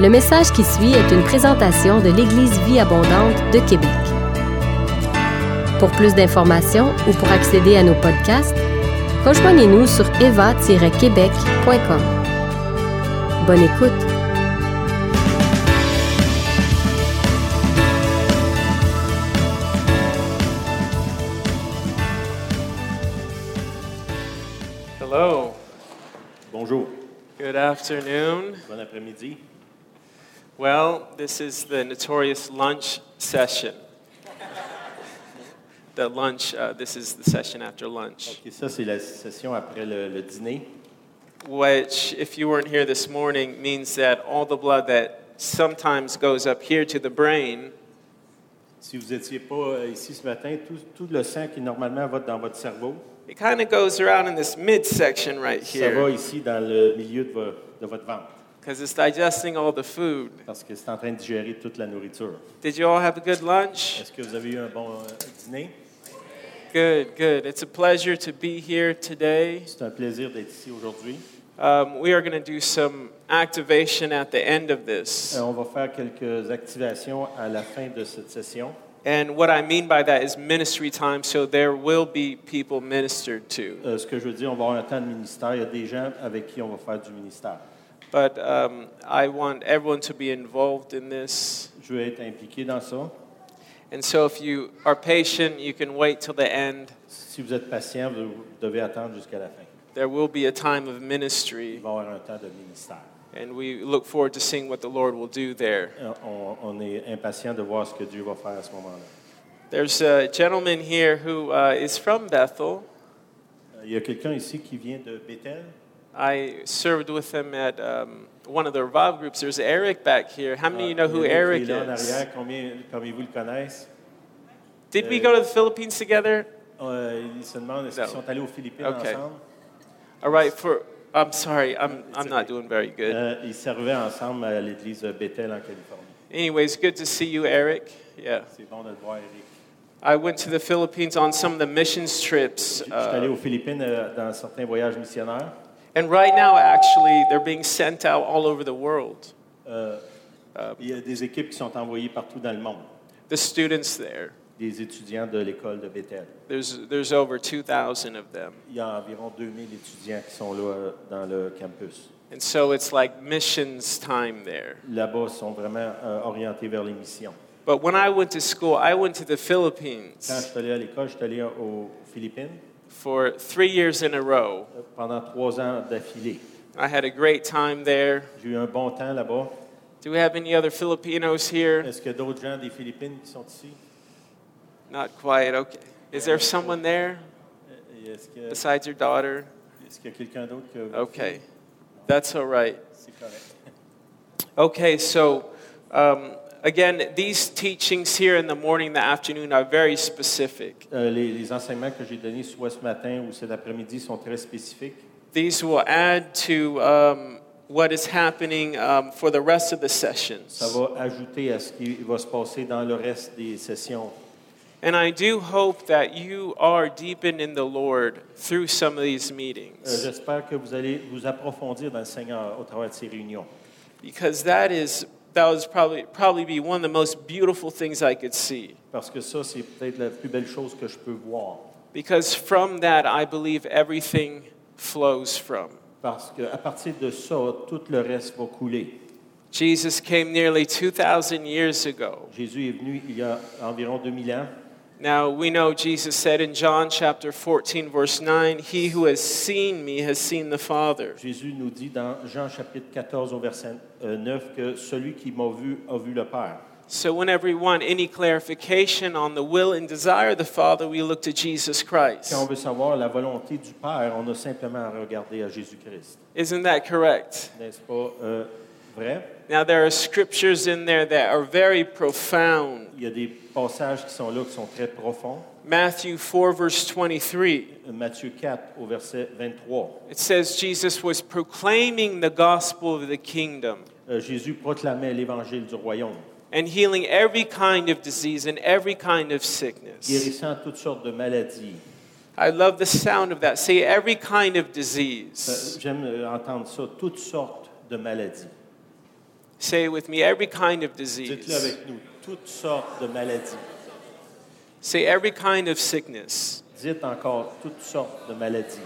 Le message qui suit est une présentation de l'Église Vie Abondante de Québec. Pour plus d'informations ou pour accéder à nos podcasts, rejoignez-nous sur eva-québec.com. Bonne écoute! Hello. Bonjour, Good afternoon. bon après-midi. Well, this is the notorious lunch session. the lunch, uh, this is the session after lunch, Ok, ça, c'est la session après le, le dîner. which, if you weren't here this morning, means that all the blood that sometimes goes up here to the brain Si vous n'étiez pas euh, ici ce matin, tout, tout le sang qui normalement va dans votre cerveau, It kind of goes around in this midsection right ça va here ici dans le milieu de, vo- de votre ventre because it's digesting all the food. parce que c'est en train de digérer toute la nourriture. Did you all have a good lunch? Est-ce que vous avez eu un bon euh, dîner? Good, good. It's a pleasure to be here today. C'est un plaisir d'être ici aujourd'hui. Um, we are going to do some activation at the end of Euh, this. on va faire quelques activations à la fin de cette session. And what I mean by that is ministry time, so there will be people ministered to. Euh, ce que je veux dire, on va avoir un temps de ministère. Il y a des gens avec qui on va faire du ministère. But um, I want everyone to be involved in this. Je vais être impliqué dans ça. And so if you are patient, you can wait till the end. Si vous êtes patient, vous devez attendre jusqu'à la fin. There will be a time of ministry. Il va y avoir un temps de ministère. And we look forward to seeing what the Lord will do there. Euh, On, on est impatient de voir ce que Dieu va faire à ce moment-là. There's a gentleman here who uh, is from Bethel. Euh, Il y a quelqu'un ici qui vient de Bethel. I served with him at um, one of the revival groups. There's Eric back here. How many of you know Ah, who il y en a qui Eric est là en is? arrière, combien, combien vous le connaissent? Did we go to the Philippines together? Euh, ils se demandent est-ce qu'ils Non. sont allés aux Philippines Ok. ensemble. All right. For I'm sorry, I'm I'm not okay. doing very good. Euh, ils servaient ensemble à l'église de Bethel en Californie. Anyways, good to see you, Eric. Yeah. C'est bon de le voir, Eric. I went to the Philippines on some of the missions trips, Je je suis allé uh, aux Philippines euh, dans certains voyages missionnaires. and right now, actually, they're being sent out all over the world. Euh, il y a des équipes qui sont envoyées partout dans le monde, The students there. des étudiants de l'école de Bethel. There's, there's over 2,000 of them. Il y a environ 2000 étudiants qui sont là euh, dans le campus. And so it's like missions time there. Là-bas, ils sont vraiment euh, orientés vers les missions. But when I went to school, I went to the Quand je Philippines suis allé à l'école, je suis allé aux Philippines for three years in a row. euh, pendant trois ans d'affilée. I had a great time there. J'ai eu un bon temps là-bas. Do we have any other Filipinos here? Est-ce qu'il y a d'autres gens des Philippines qui sont ici? Not quite. Okay. Is there someone there Euh, et Est-ce que- est-ce besides your daughter? qu'il y a quelqu'un d'autre que vous- Okay. That's all right. C'est correct. Okay, so um, again, these teachings here in the morning, the afternoon are very specific. Euh, les, les enseignements que j'ai donnés soit ce matin ou cet après-midi sont très spécifiques. These will add to um, what is happening um, for the rest of the sessions. Ça va ajouter à ce qui va se passer dans le reste des sessions. And I do hope that you are deepened in the Lord through some of these Euh, meetings J'espère que vous allez vous approfondir dans le Seigneur au travers de ces réunions. because that is that was probably probably be one of the most beautiful things I could see Parce que ça, c'est peut-être la plus belle chose que je peux voir. because from that I believe everything flows from. Parce qu'à partir de ça, tout le reste va couler. Jesus came nearly 2000 years ago. Jésus est venu il y a environ 2000 ans. Now we know Jesus said in John chapter 14 verse 9, he who has seen me has seen the Father. Jésus nous dit dans Jean chapitre 14 au verset euh, 9 que celui qui m'a vu a vu le Père. So, whenever we want any clarification on the will and desire of the Father, we look to Jesus Christ. Quand on veut savoir la volonté du Père, on a simplement à regarder à Jésus-Christ. Isn't that correct? N'est-ce pas euh, vrai? Now, there are scriptures in there that are very profound. Il y a des passages qui sont là qui sont très profonds. Matthew 4, verse 23, Matthieu 4 au verset 23. it says Jesus was proclaiming the gospel of the kingdom Euh, Jésus proclamait l'évangile du royaume, and healing every kind of disease and every kind of sickness. guérissant toutes sortes de maladies. I love the sound of that. Say, every kind of Euh, disease. J'aime euh, entendre ça, toutes sortes de maladies. Say with me every kind of Dites-le disease. avec nous. Toutes sortes de maladies. Say every kind of sickness. Dites encore toutes sortes de maladies.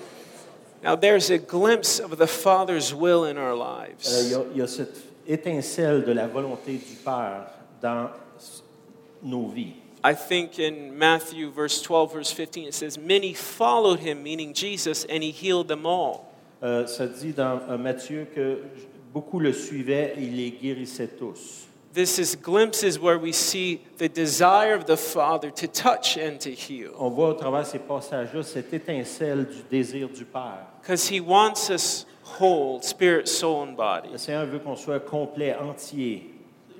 Now, there's a glimpse of the Father's will in our Euh, Il lives. y a- il y, a cette étincelle de la volonté du Père dans s- nos vies. I think in Matthew, verse 12, verse 15, it says, Many followed him, meaning Jesus, and he healed them all. Euh, ça dit dans euh, Matthieu que j- beaucoup le suivaient et il les guérissait tous. This is glimpses where we see the desire of the Father to touch and to heal. On voit au travers ces passages-là cette étincelle du désir du Père. Because he wants us whole, spirit, soul, and body. Le Seigneur veut qu'on soit complet, entier,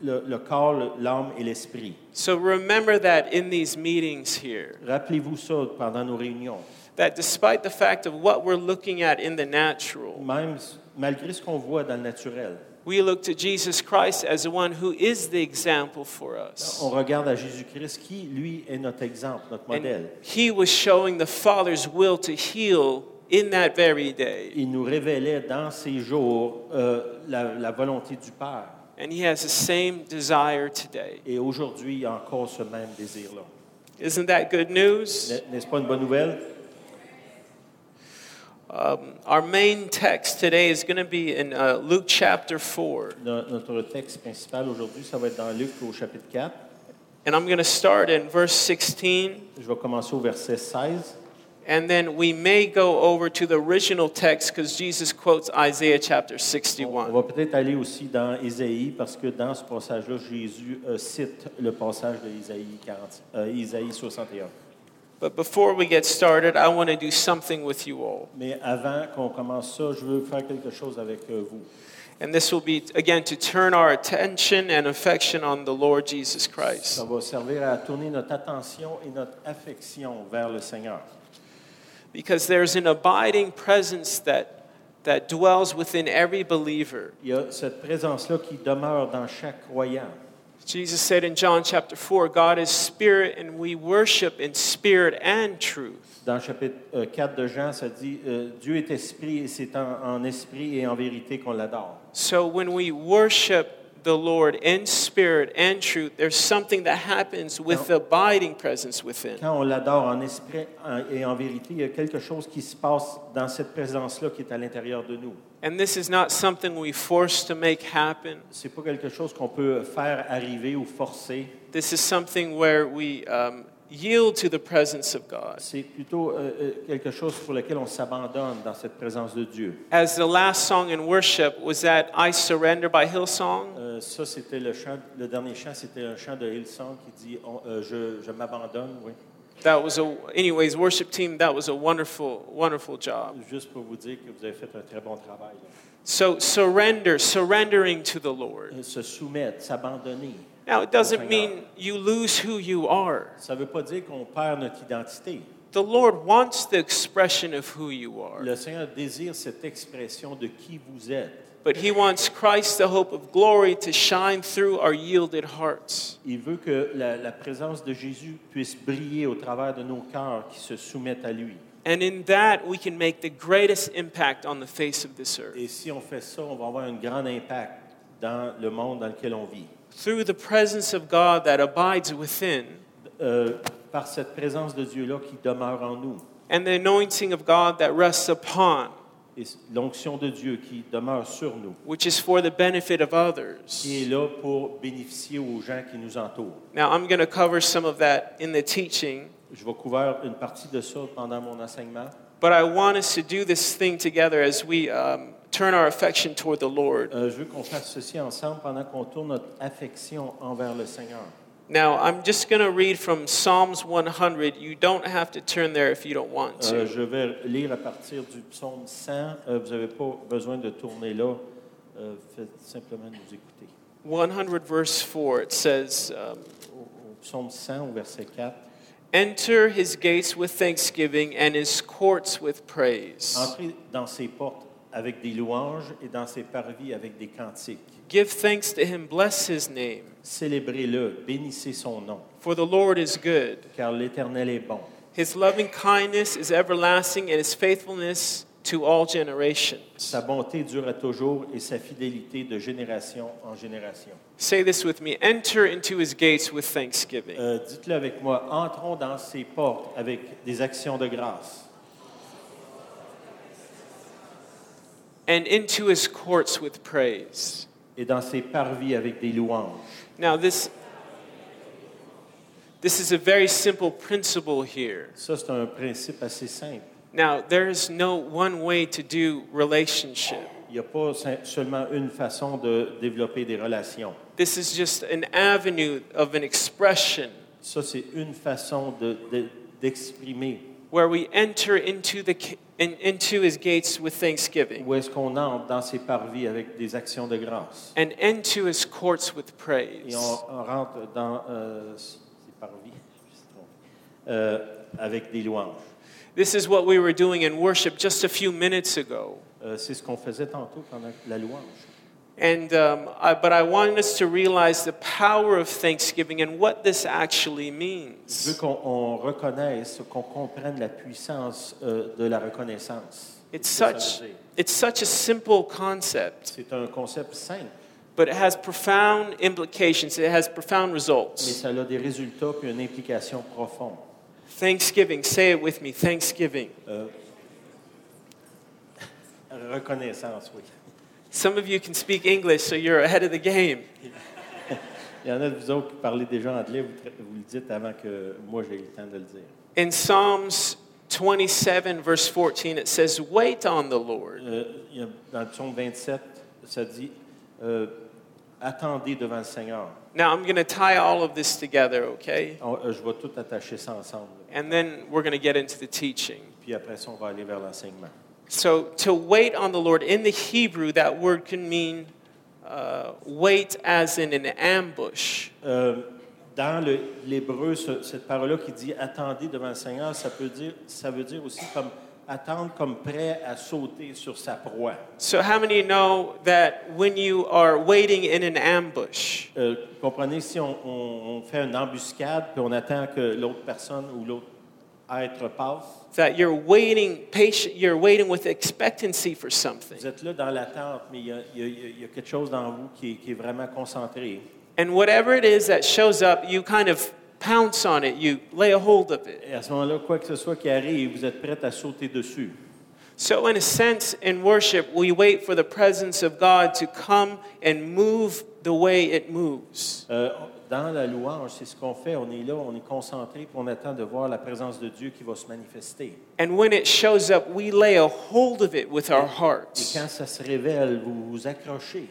le, le corps, le- l'âme et l'esprit. So remember that in these meetings here, Rappelez-vous ça pendant nos réunions. that despite the fact of what we're looking at in the natural, Même s- malgré ce qu'on voit dans le naturel, we look to Jesus Christ as the one who is the example for us. on regarde à Jésus-Christ qui, lui, est notre exemple, notre And modèle. he was showing the Father's will to heal in that very day. Il nous révélait dans ces jours euh, la, la volonté du Père. And he has the same desire today. Et aujourd'hui, il y a encore ce même désir-là. Isn't that good news? N'est- N'est-ce pas une bonne nouvelle? Um, our main text today is going to be in uh, Luke chapter 4. No- Notre texte principal aujourd'hui, ça va être dans Luc au chapitre 4. And I'm going to start in verse 16. Je vais commencer au verset 16. And then we may go over to the original text because Jesus quotes Isaiah chapter On 61. va peut-être aller aussi dans Ésaïe, parce que dans ce passage-là, Jésus euh, cite le passage de Ésaïe, 40 euh, Ésaïe 61. But before we get started, I want to do something with you all. Mais avant qu'on commence ça, je veux faire quelque chose avec euh, vous. And this will be, again, to turn our attention and affection on the Lord Jesus Christ. Ça va servir à tourner notre attention et notre affection vers le Seigneur. Because there's an abiding presence that, that dwells within every believer. Il y a cette présence-là qui demeure dans chaque croyant. Jesus said in John chapter 4 God is spirit, and we worship in spirit and truth. Dans le chapitre euh, 4 de Jean, ça dit euh, Dieu est esprit et c'est en, en esprit et en vérité qu'on l'adore. So when we worship the Lord in spirit and truth, there's something that happens with the abiding presence within. Quand on l'adore en esprit en- et en vérité, il y a quelque chose qui se passe dans cette présence-là qui est à l'intérieur de nous. And this is not something we force to make happen. C'est pas quelque chose qu'on peut faire arriver ou forcer. This is something where we um, yield to the presence of God. C'est plutôt euh, euh, quelque chose pour lequel on s'abandonne dans cette présence de Dieu. As the last song in worship was that I Surrender by Hillsong, Euh, ça, c'était le chant, le dernier chant, c'était un chant de Hillsong qui dit on- euh, Je, je m'abandonne, oui. that was a, anyways, worship team, that was a wonderful, wonderful job. Juste pour vous dire que vous avez fait un très bon travail. là. So surrender, surrendering to the Lord. Euh, Se soumettre, s'abandonner. Now, it doesn't mean you lose who you are. Ça ne veut pas dire qu'on perd notre identité. The Lord wants the expression of who you are, Le Seigneur désire cette expression de qui vous êtes. but He wants Christ, the hope of glory, to shine through our yielded hearts. Il veut que la, la présence de Jésus puisse briller au travers de nos cœurs qui se soumettent à lui. And in that, we can make the greatest impact on the face of this earth. Et si on fait ça, on va avoir un grand impact dans le monde dans lequel on vit. Through the presence of God that abides within, Euh, par cette présence de Dieu-là qui demeure en nous, and the anointing of God that rests upon, et s- l'onction de Dieu qui demeure sur nous, which is for the benefit of qui est others. là pour bénéficier aux gens qui nous entourent. Now, I'm going to cover some of that in the teaching, Je vais couvrir une partie de ça pendant mon enseignement, but I want us to do this thing together as we um, turn our affection toward the Lord. Euh, je veux qu'on fasse ceci ensemble pendant qu'on tourne notre affection envers le Seigneur. Euh, Now, I'm just going to read from Psalms 100. You don't have to turn there if you don't want Euh, to. je vais lire à partir du psaume 100. Euh, vous n'avez pas besoin de tourner là. Euh, faites simplement nous écouter. 100 verse 4, it says, um, Au, au psaume 100, au verset 4. Enter his gates with thanksgiving and his courts with praise. Entrez dans ses portes avec des louanges et dans ses parvis avec des cantiques. Give thanks to him, bless his name. Célébrez-le, bénissez son nom, For the Lord is good. car l'Éternel est bon. His loving kindness is everlasting, and his faithfulness to all generations. Sa bonté dure à toujours et sa fidélité de génération en génération. Say this with me enter into his gates with thanksgiving. Euh, Dites-le avec moi, entrons dans ses portes avec des actions de grâce and into his courts with praise. et dans ses parvis avec des louanges. Now, this, this is a very simple principle here. Ça, c'est un principe assez simple. Now, there is no one way to do relationship. Il n'y a pas se- seulement une façon de développer des relations. This is just an avenue of an expression Ça, c'est une façon de- de- d'exprimer where we enter into, the, ki- in, into his gates with thanksgiving où est-ce qu'on entre dans ses parvis avec des actions de grâce. and into his courts with praise. Et on, on rentre dans euh, ses parvis je sais pas, euh, avec des louanges. This is what we were doing in worship just a few minutes ago. Euh, c'est ce qu'on faisait tantôt pendant la louange. And, um, I, but I wanted us to realize the power of thanksgiving and what this actually Je veux means. qu'on on reconnaisse, qu'on comprenne la puissance euh, de la reconnaissance. It's Ce que ça such, veut dire. it's such a simple concept, C'est un concept simple, but it has profound implications. It has profound mais results. ça a des résultats et une implication profonde. Thanksgiving, say it with me thanksgiving. Reconnaissance, oui. Some of you can speak English, so you're ahead of the game. Il y en a de vous autres qui parlez déjà anglais, vous, tra- vous le dites avant que moi j'ai eu le temps de le dire. In Psalms 27, verse 14, it says, Wait on the Lord. Euh, il y a- dans le psaume 27, ça dit euh, Attendez devant le Seigneur. Now I'm going to tie all of this together, okay? On- euh, je vais tout attacher ça ensemble. And then we're going to get into the teaching. Puis après ça, on va aller vers l'enseignement. So to wait on the Lord, in the Hebrew, that word can mean uh, wait as in an ambush. Euh, dans le- l'hébreu, ce- cette parole-là qui dit attendez devant le Seigneur, ça, peut dire, ça veut dire aussi comme attendre comme prêt à sauter sur sa proie. So, how many know that when you are waiting in an ambush, Euh, comprenez, si on, on- on fait une embuscade puis on attend que l'autre personne ou l'autre être passe, that you're waiting patient, you're waiting with expectancy for something. vous êtes là dans l'attente, mais il y, a- il y a- il y a quelque chose dans vous qui est, qui est vraiment concentré. And whatever it is that shows up, you kind of pounce on it, you lay a hold of it. Et à ce moment-là, quoi que ce soit qui arrive, vous êtes prêt à sauter dessus. So, in a sense, in worship, we wait for the presence of God to come and move the way it moves. Euh, dans la louange, c'est ce qu'on fait. On est là, on est concentré, puis on attend de voir la présence de Dieu qui va se manifester. And when it shows up, we lay a hold of it with our Et hearts. quand ça se révèle, vous vous accrochez.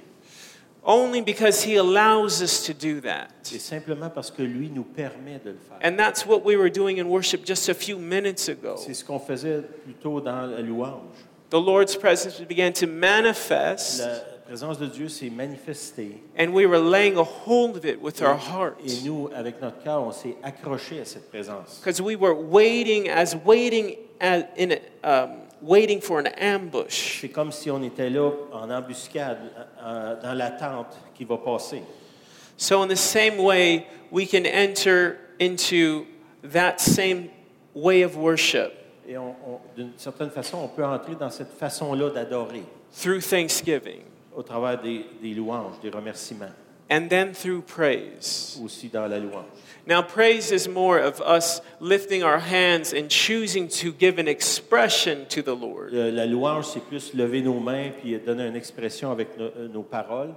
Only because He allows us to do that. C'est simplement parce que lui nous permet de le faire. And that's what we were doing in worship just a few minutes ago. C'est ce qu'on faisait plutôt dans la louange. The Lord's presence began to manifest, La présence de Dieu s'est manifestée. and we were laying a hold of it with our Et hearts. nous, avec notre cœur, on s'est accroché à cette présence. Because we were waiting as waiting as in a, um, waiting for an ambush. C'est comme si on était là en embuscade, euh, dans l'attente qui va passer. So in the same way, we can enter into that same way of worship Et on- on- d'une certaine façon, on peut entrer dans cette façon-là d'adorer. through thanksgiving au travers des, des louanges, des remerciements, and then through praise. aussi dans la louange. Now, praise is more of us lifting our hands and choosing to give an expression to the Lord. Le- Euh, la louange, c'est plus lever nos mains puis donner une expression avec no- euh, nos paroles.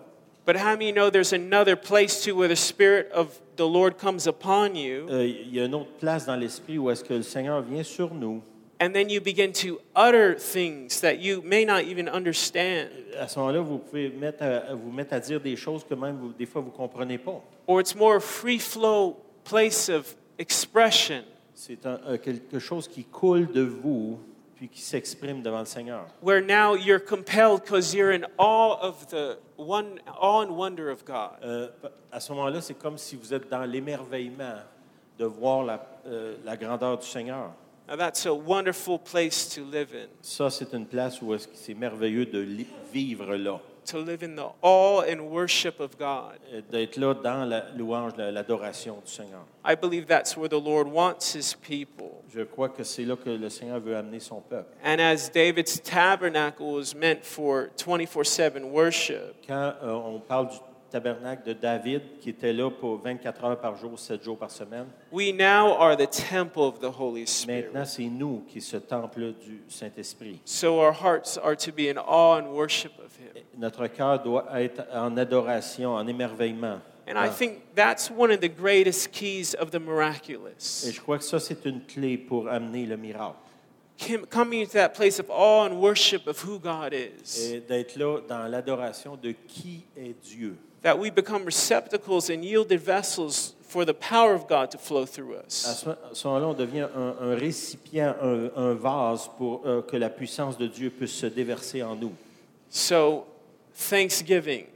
But how many know there's another place too where the Spirit of the Lord comes upon you, Euh, Il y a une autre place dans l'esprit où est-ce que le Seigneur vient sur nous. and then you begin to utter things that you may not even understand? À ce moment-là, vous pouvez mettre à, à vous mettre à dire des choses que même vous- des fois vous ne comprenez pas. Or it's more a free flow place of expression C'est un- euh, quelque chose qui coule de vous puis qui s'exprime devant le Seigneur. where now you're compelled because you're in awe of the one, awe and wonder of God. Euh, à ce moment-là, c'est comme si vous êtes dans l'émerveillement de voir la- euh, la grandeur du Seigneur. Now, that's a wonderful place to live in, Ça, c'est une place où est-ce que c'est merveilleux de li- vivre là, to live in the awe and worship of God. euh, d'être là dans la louange, la- l'adoration du Seigneur. I believe that's where the Lord wants his people. Je crois que c'est là que le Seigneur veut amener son peuple. And as David's tabernacle was meant for 24 7 worship, Quand euh, on parle du tabernacle de David, qui était là pour 24 heures par jour, 7 jours par semaine, we now are the temple of the Holy maintenant Spirit. c'est nous qui ce temple du Saint-Esprit. So our hearts are to be in awe and worship of him. Notre cœur doit être en adoration, en émerveillement. Ah. And I think that's one of the greatest keys of the miraculous. Et je crois que ça, c'est une clé pour amener le miracle. Kim- coming into that place of awe and worship of who God is. Et d'être là dans l'adoration de qui est Dieu. That we become receptacles and yielded vessels for the power of God to flow through À us. ce à ce moment-là, on devient un, un récipient, un, un vase pour euh, que la puissance de Dieu puisse se déverser en nous. So, thanksgiving.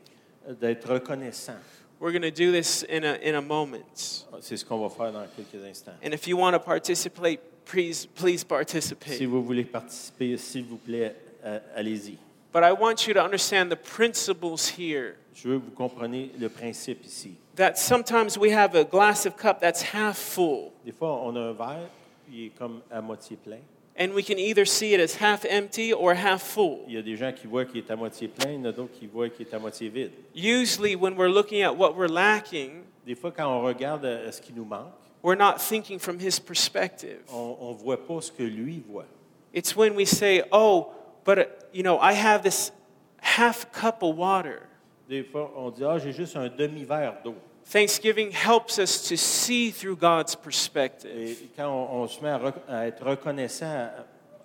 D'être reconnaissant. We're going to do this in a, in a moment. C'est ce qu'on va faire dans quelques instants. And if you want to participate, please, please Si participate. vous voulez participer, s'il vous plaît, euh, allez-y. But I want you to understand the principles here. Je veux que vous compreniez le principe ici. That sometimes we have a glass of cup that's half full, Des fois, on a un verre, il est comme à moitié plein. and we can either see it as half empty or half full. Il y a des gens qui voient qu'il est à moitié plein, il y en a d'autres qui voient qu'il est à moitié vide. Usually, when we're looking at what we're lacking, Des fois, quand on regarde euh, ce qui nous manque, we're not thinking from his perspective. on ne voit pas ce que lui voit. It's when we say, oh, but, uh, you know, I have this half cup of water. Des fois, on dit, ah, j'ai juste un demi-verre d'eau. Thanksgiving helps us to see through God's Et perspective. quand on, on se met à, rec- à être reconnaissant,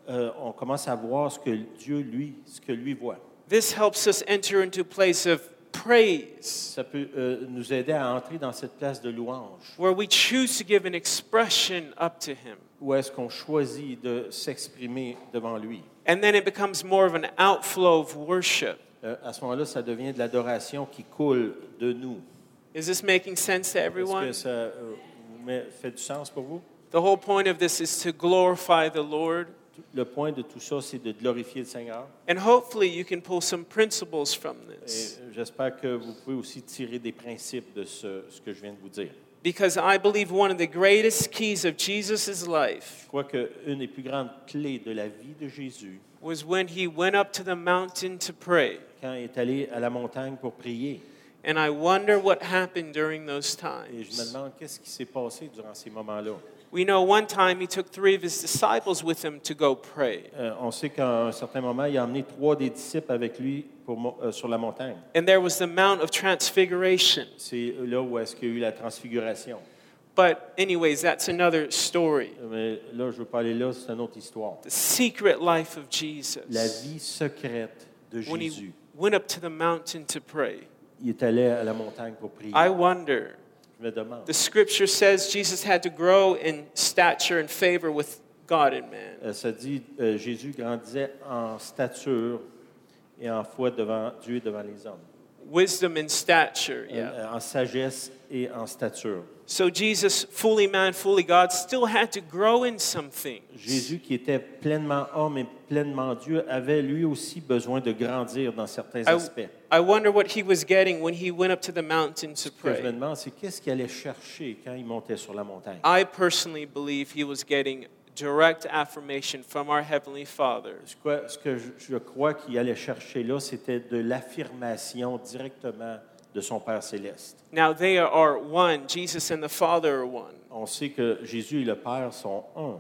euh, on commence à voir ce que Dieu, lui, ce que lui voit. This helps us enter into a place of praise Ça peut euh, nous aider à entrer dans cette place de louange, where we choose to give an expression up to Him. où est-ce qu'on choisit de s'exprimer devant lui. And then it becomes more of an outflow of worship. Euh, à ce moment-là, ça devient de l'adoration qui coule de nous. Is this making sense to Est-ce everyone? que ça euh, vous met- fait du sens pour vous? The whole point of this is to glorify the Lord. Tout- Le point de tout ça, c'est de glorifier le Seigneur. And hopefully you can pull some principles from Et this. j'espère que vous pouvez aussi tirer des principes de ce- ce que je viens de vous dire. Because I believe one of the greatest keys of Jesus' life Je crois qu'une des plus grandes clés de la vie de Jésus, was when he went up to the mountain to pray. quand il est allé à la montagne pour prier, And I wonder what happened during those et je me times. demande qu'est-ce qui s'est passé durant ces moments-là. We know one time he took three of his disciples with him to go pray. Euh, on sait qu'à un certain moment, il a emmené trois des disciples avec lui pour mo- euh, sur la montagne. And there was the Mount of Transfiguration. C'est là où est-ce qu'il y a eu la transfiguration. Euh, But, anyways, that's another story. Mais là, je veux pas aller là, c'est une autre histoire. The secret life of La Jesus. vie secrète de When Jésus. he went up to the mountain to pray. Il est allé à la montagne pour prier. I wonder. Je me demande. The scripture says Jesus had to grow in stature and favor with God and man. Euh, Ça dit, euh, Jésus grandissait en stature et en foi devant Dieu et devant les hommes. wisdom and stature. Euh, Yeah. euh, en sagesse et en stature. So Jesus, fully man, fully God, still had to grow in something. Jésus, qui était pleinement homme et pleinement Dieu, avait lui aussi besoin de grandir dans certains I, aspects. I wonder what he was getting when he went up to the mountain to Ce que je me pray. demande, c'est qu'est-ce qu'il allait chercher quand il montait sur la montagne? I personally believe he was getting direct affirmation from our Heavenly Father Je crois- ce que je, je crois qu'il allait chercher là, c'était de l'affirmation directement de son Père céleste. Now they are one, Jesus and the Father are one. On sait que Jésus et le Père sont un.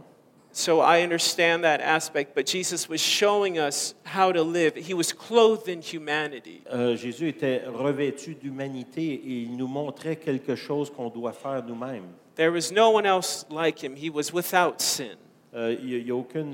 So I understand that aspect, but Jesus was showing us how to live. He was clothed in humanity. Euh, Jésus était revêtu d'humanité et il nous montrait quelque chose qu'on doit faire nous-mêmes. There was no one else like him, he was without sin. Euh, Il n'y a, aucun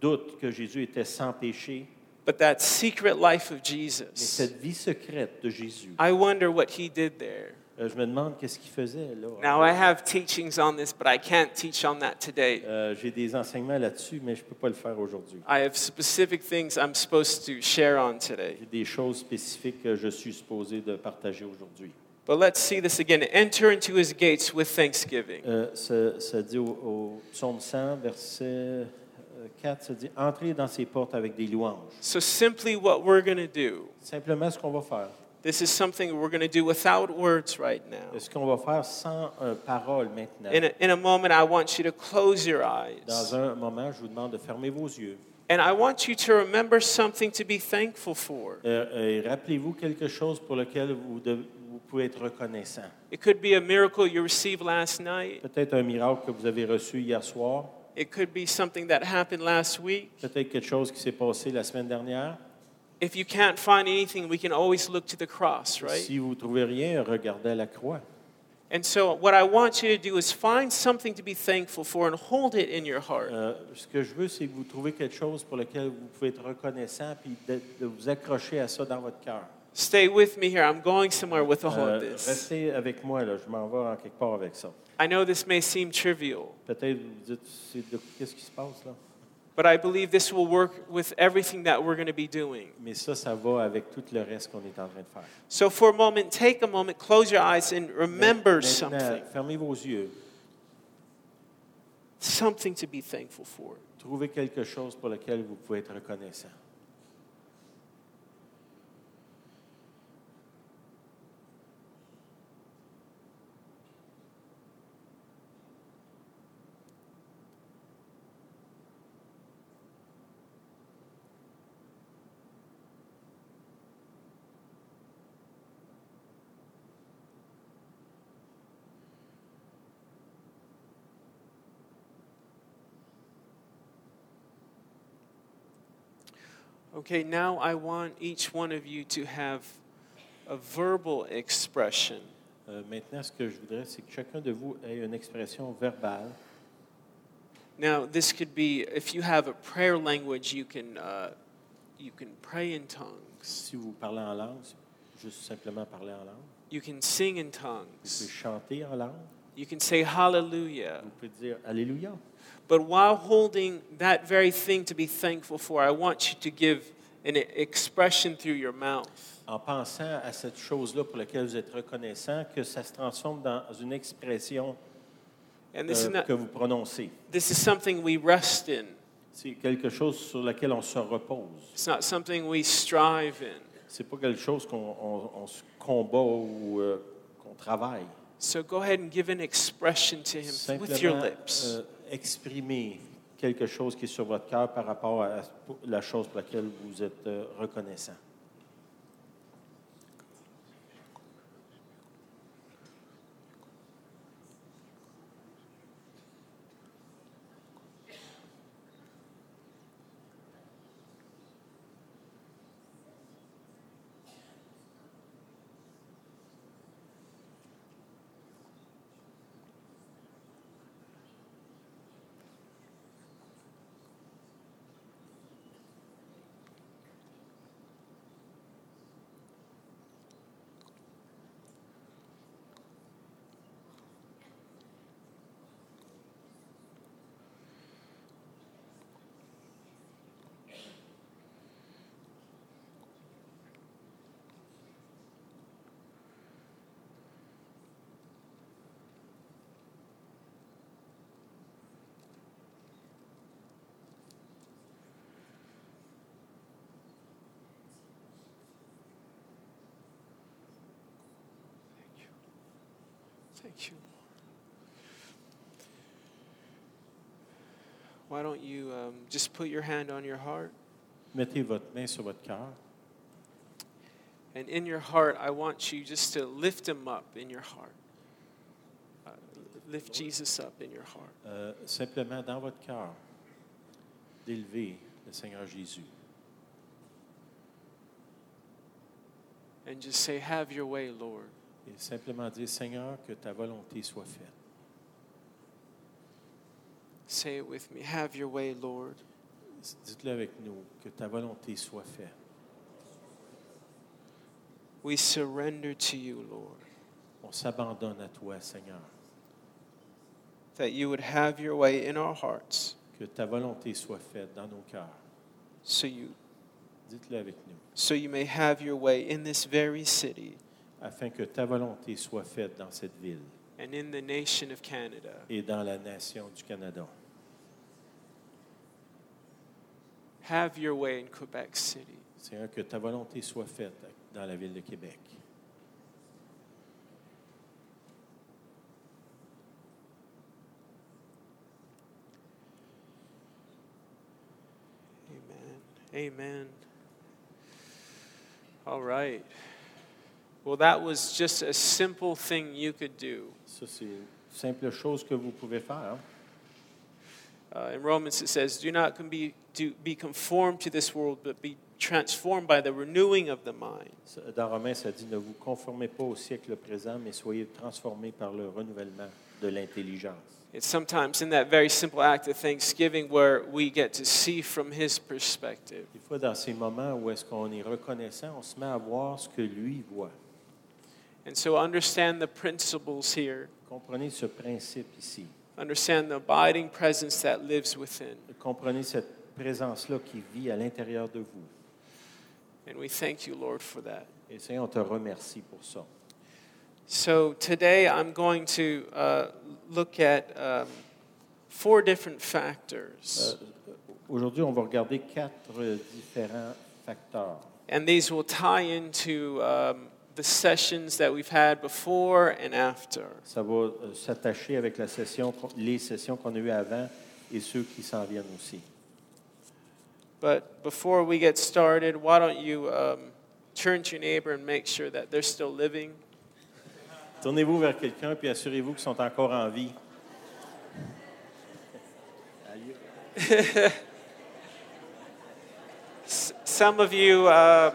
doute que Jésus était sans péché. But that secret life of Mais Jesus, cette vie secrète de Jésus, I wonder what he did there. euh, je me demande qu'est-ce qu'il faisait Now, là. I have teachings on this, but I can't teach on that today. Euh, J'ai des enseignements là-dessus, mais je ne peux pas le faire aujourd'hui. I have specific things I'm supposed to share on today. J'ai des choses spécifiques que je suis supposé de partager aujourd'hui. But let's see this again. Enter into his gates with thanksgiving. Euh, ça, ça dit au, au psaume 100, verset euh, 4, ça dit Entrez dans ses portes avec des louanges. So, simply what we're going to do, Simplement, ce qu'on va faire, this is something we're going to do without words right now. ce qu'on va faire sans euh, parole maintenant. In a, in a moment, I want you to close your Dans eyes. un moment, je vous demande de fermer vos yeux. And I want you to remember something to be thankful for. Euh, euh, Rappelez-vous quelque chose pour lequel vous, de- vous pouvez être reconnaissant. It could be a miracle you received last night, Peut-être un miracle que vous avez reçu hier soir, it could be something that happened last week. peut-être quelque chose qui s'est passé la semaine dernière. If you can't find anything, we can always look to the cross, right? Si vous ne trouvez rien, regardez à la croix. And so, what I want you to do is find something to be thankful for and hold it in your heart. Euh, ce que je veux, c'est que vous trouviez quelque chose pour lequel vous pouvez être reconnaissant puis de, de vous accrocher à ça dans votre cœur. Stay with me here. I'm going somewhere with all Euh, of this. restez avec moi, là, je m'en vais en quelque part avec ça. I know this may seem trivial, Peut-être vous vous dites, c'est de- qu'est-ce qui se passe là? but I believe this will work with everything that we're going to be doing. Mais ça, ça va avec tout le reste qu'on est en train de faire. So, for a moment, take a moment, close your eyes, and remember Maintenant, something fermez vos yeux. something to be thankful for. Trouvez quelque chose pour lequel vous pouvez être reconnaissant. Okay, now I want each one of you to have a verbal expression Euh, maintenant, ce que je voudrais, c'est que chacun de vous ait une expression verbale. Now, this could be if you have a prayer language, you can, uh, you can pray in tongues, Si vous parlez en langue, c'est juste simplement parler en langue. you can sing in Vous pouvez tongues, chanter en langue. you can say hallelujah. Vous pouvez dire Alléluia. But while holding that very thing to be thankful for, I want you to give an e- expression through your mouth. En pensant à cette chose-là pour laquelle vous êtes reconnaissant, que ça se transforme dans une expression And this, euh, is, not, que vous prononcez. this is something we rest in, C'est quelque chose sur laquelle on se repose. it's not something we strive in. C'est pas quelque chose qu'on on- on se combat ou euh, qu'on travaille. So go ahead and give an expression to Him with your Simplement, lips. euh, exprimer quelque chose qui est sur votre cœur par rapport à la chose pour laquelle vous êtes euh, reconnaissant. Thank you. Why don't you um, just put your hand on your heart? Mettez votre main sur votre cœur. And in your heart, I want you just to lift him up in your heart. Uh, lift Jesus up in your heart. Euh, simplement dans votre cœur, d'élever le Seigneur Jésus. And just say, Have your way, Lord. Et simplement dire, Seigneur, que ta volonté soit faite. Say it with me. Have your way, Lord. Dites-le avec nous, que ta volonté soit faite. We surrender to you, Lord. On s'abandonne à toi, Seigneur. That you would have your way in our hearts. Que ta volonté soit faite dans nos cœurs. So you, Dites-le avec nous. so you may have your way in this very city. afin que ta volonté soit faite dans cette ville and in the nation of Canada. et dans la nation du Canada. Have your way in Quebec City. Seigneur, que ta volonté soit faite dans la ville de Québec. Amen. Amen. All right. Well, that was just a simple thing you could do. Ça, c'est une simple chose que vous pouvez faire. hein? Uh, in Romans, it says, Do not con- be, do, be conformed to this world, but be transformed by the renewing of the mind. Dans Romains, ça dit, ne vous conformez pas au siècle présent, mais soyez transformés par le renouvellement de l'intelligence. It's sometimes in that very simple act of thanksgiving where we get to see from his perspective. Des fois, dans ces moments où est-ce qu'on est reconnaissant, on se met à voir ce que lui voit. And so understand the principles here, Comprenez ce principe ici. understand the abiding presence that lives within. Comprenez cette présence-là qui vit à l'intérieur de vous. And we thank you, Lord, for that. Et Seigneur, on te remercie pour ça. So today I'm going to uh, look at um, four different Euh, factors, Aujourd'hui, on va regarder quatre euh, différents facteurs. and these will tie into um, the sessions that we've had before and after. Ça va euh, s'attacher avec la session, qu'on- les sessions qu'on a eues avant et ceux qui s'en viennent aussi. But before we get started, why don't you um, turn to your neighbor and make sure that they're still living? Tournez-vous vers quelqu'un puis assurez-vous qu'ils sont encore en vie. Aïe. S- some of you. Um,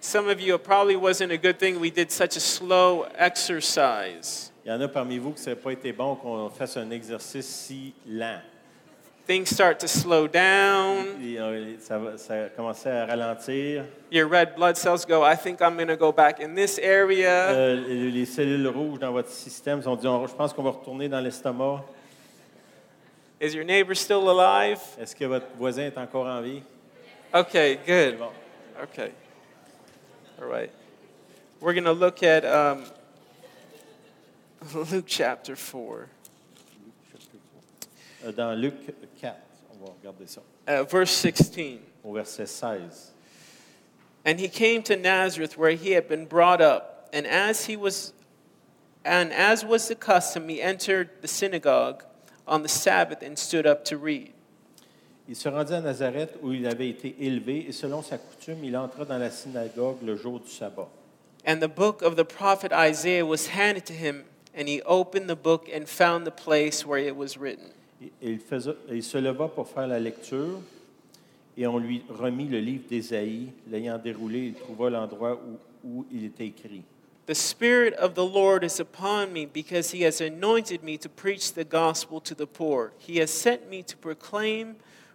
some of you, it probably wasn't a good thing we did such a slow exercise. Il y en a parmi vous que ça n'a pas été bon qu'on fasse un exercice si lent. Things start to slow down. Et, euh, ça, va- ça a commencé à ralentir. Your red blood cells go, I think I'm going to go back in this area. Euh, les cellules rouges dans votre système sont dit, on- je pense qu'on va retourner dans l'estomac. Is your neighbor still alive? Est-ce que votre voisin est encore en vie? Okay, C'est good. bon. Okay. All right. We're going to look at um, Luke chapter 4, Euh, Dans Luc 4, on va regarder ça, uh, verse 16. au verset 16. And he came to Nazareth where he had been brought up, and as he was and as was the custom, he entered the synagogue on the Sabbath and stood up to read. Il se rendit à Nazareth où il avait été élevé et selon sa coutume, il entra dans la synagogue le jour du sabbat. And the book of the prophet Isaiah was handed to him, and he opened the book and found the place where it was written. Et- et il, faisa- et il se leva pour faire la lecture et on lui remit le livre d'Ésaïe. L'ayant déroulé, il trouva l'endroit où, où il était écrit. The Spirit of the Lord is upon me, because he has anointed me to preach the gospel to the poor. He has sent me to proclaim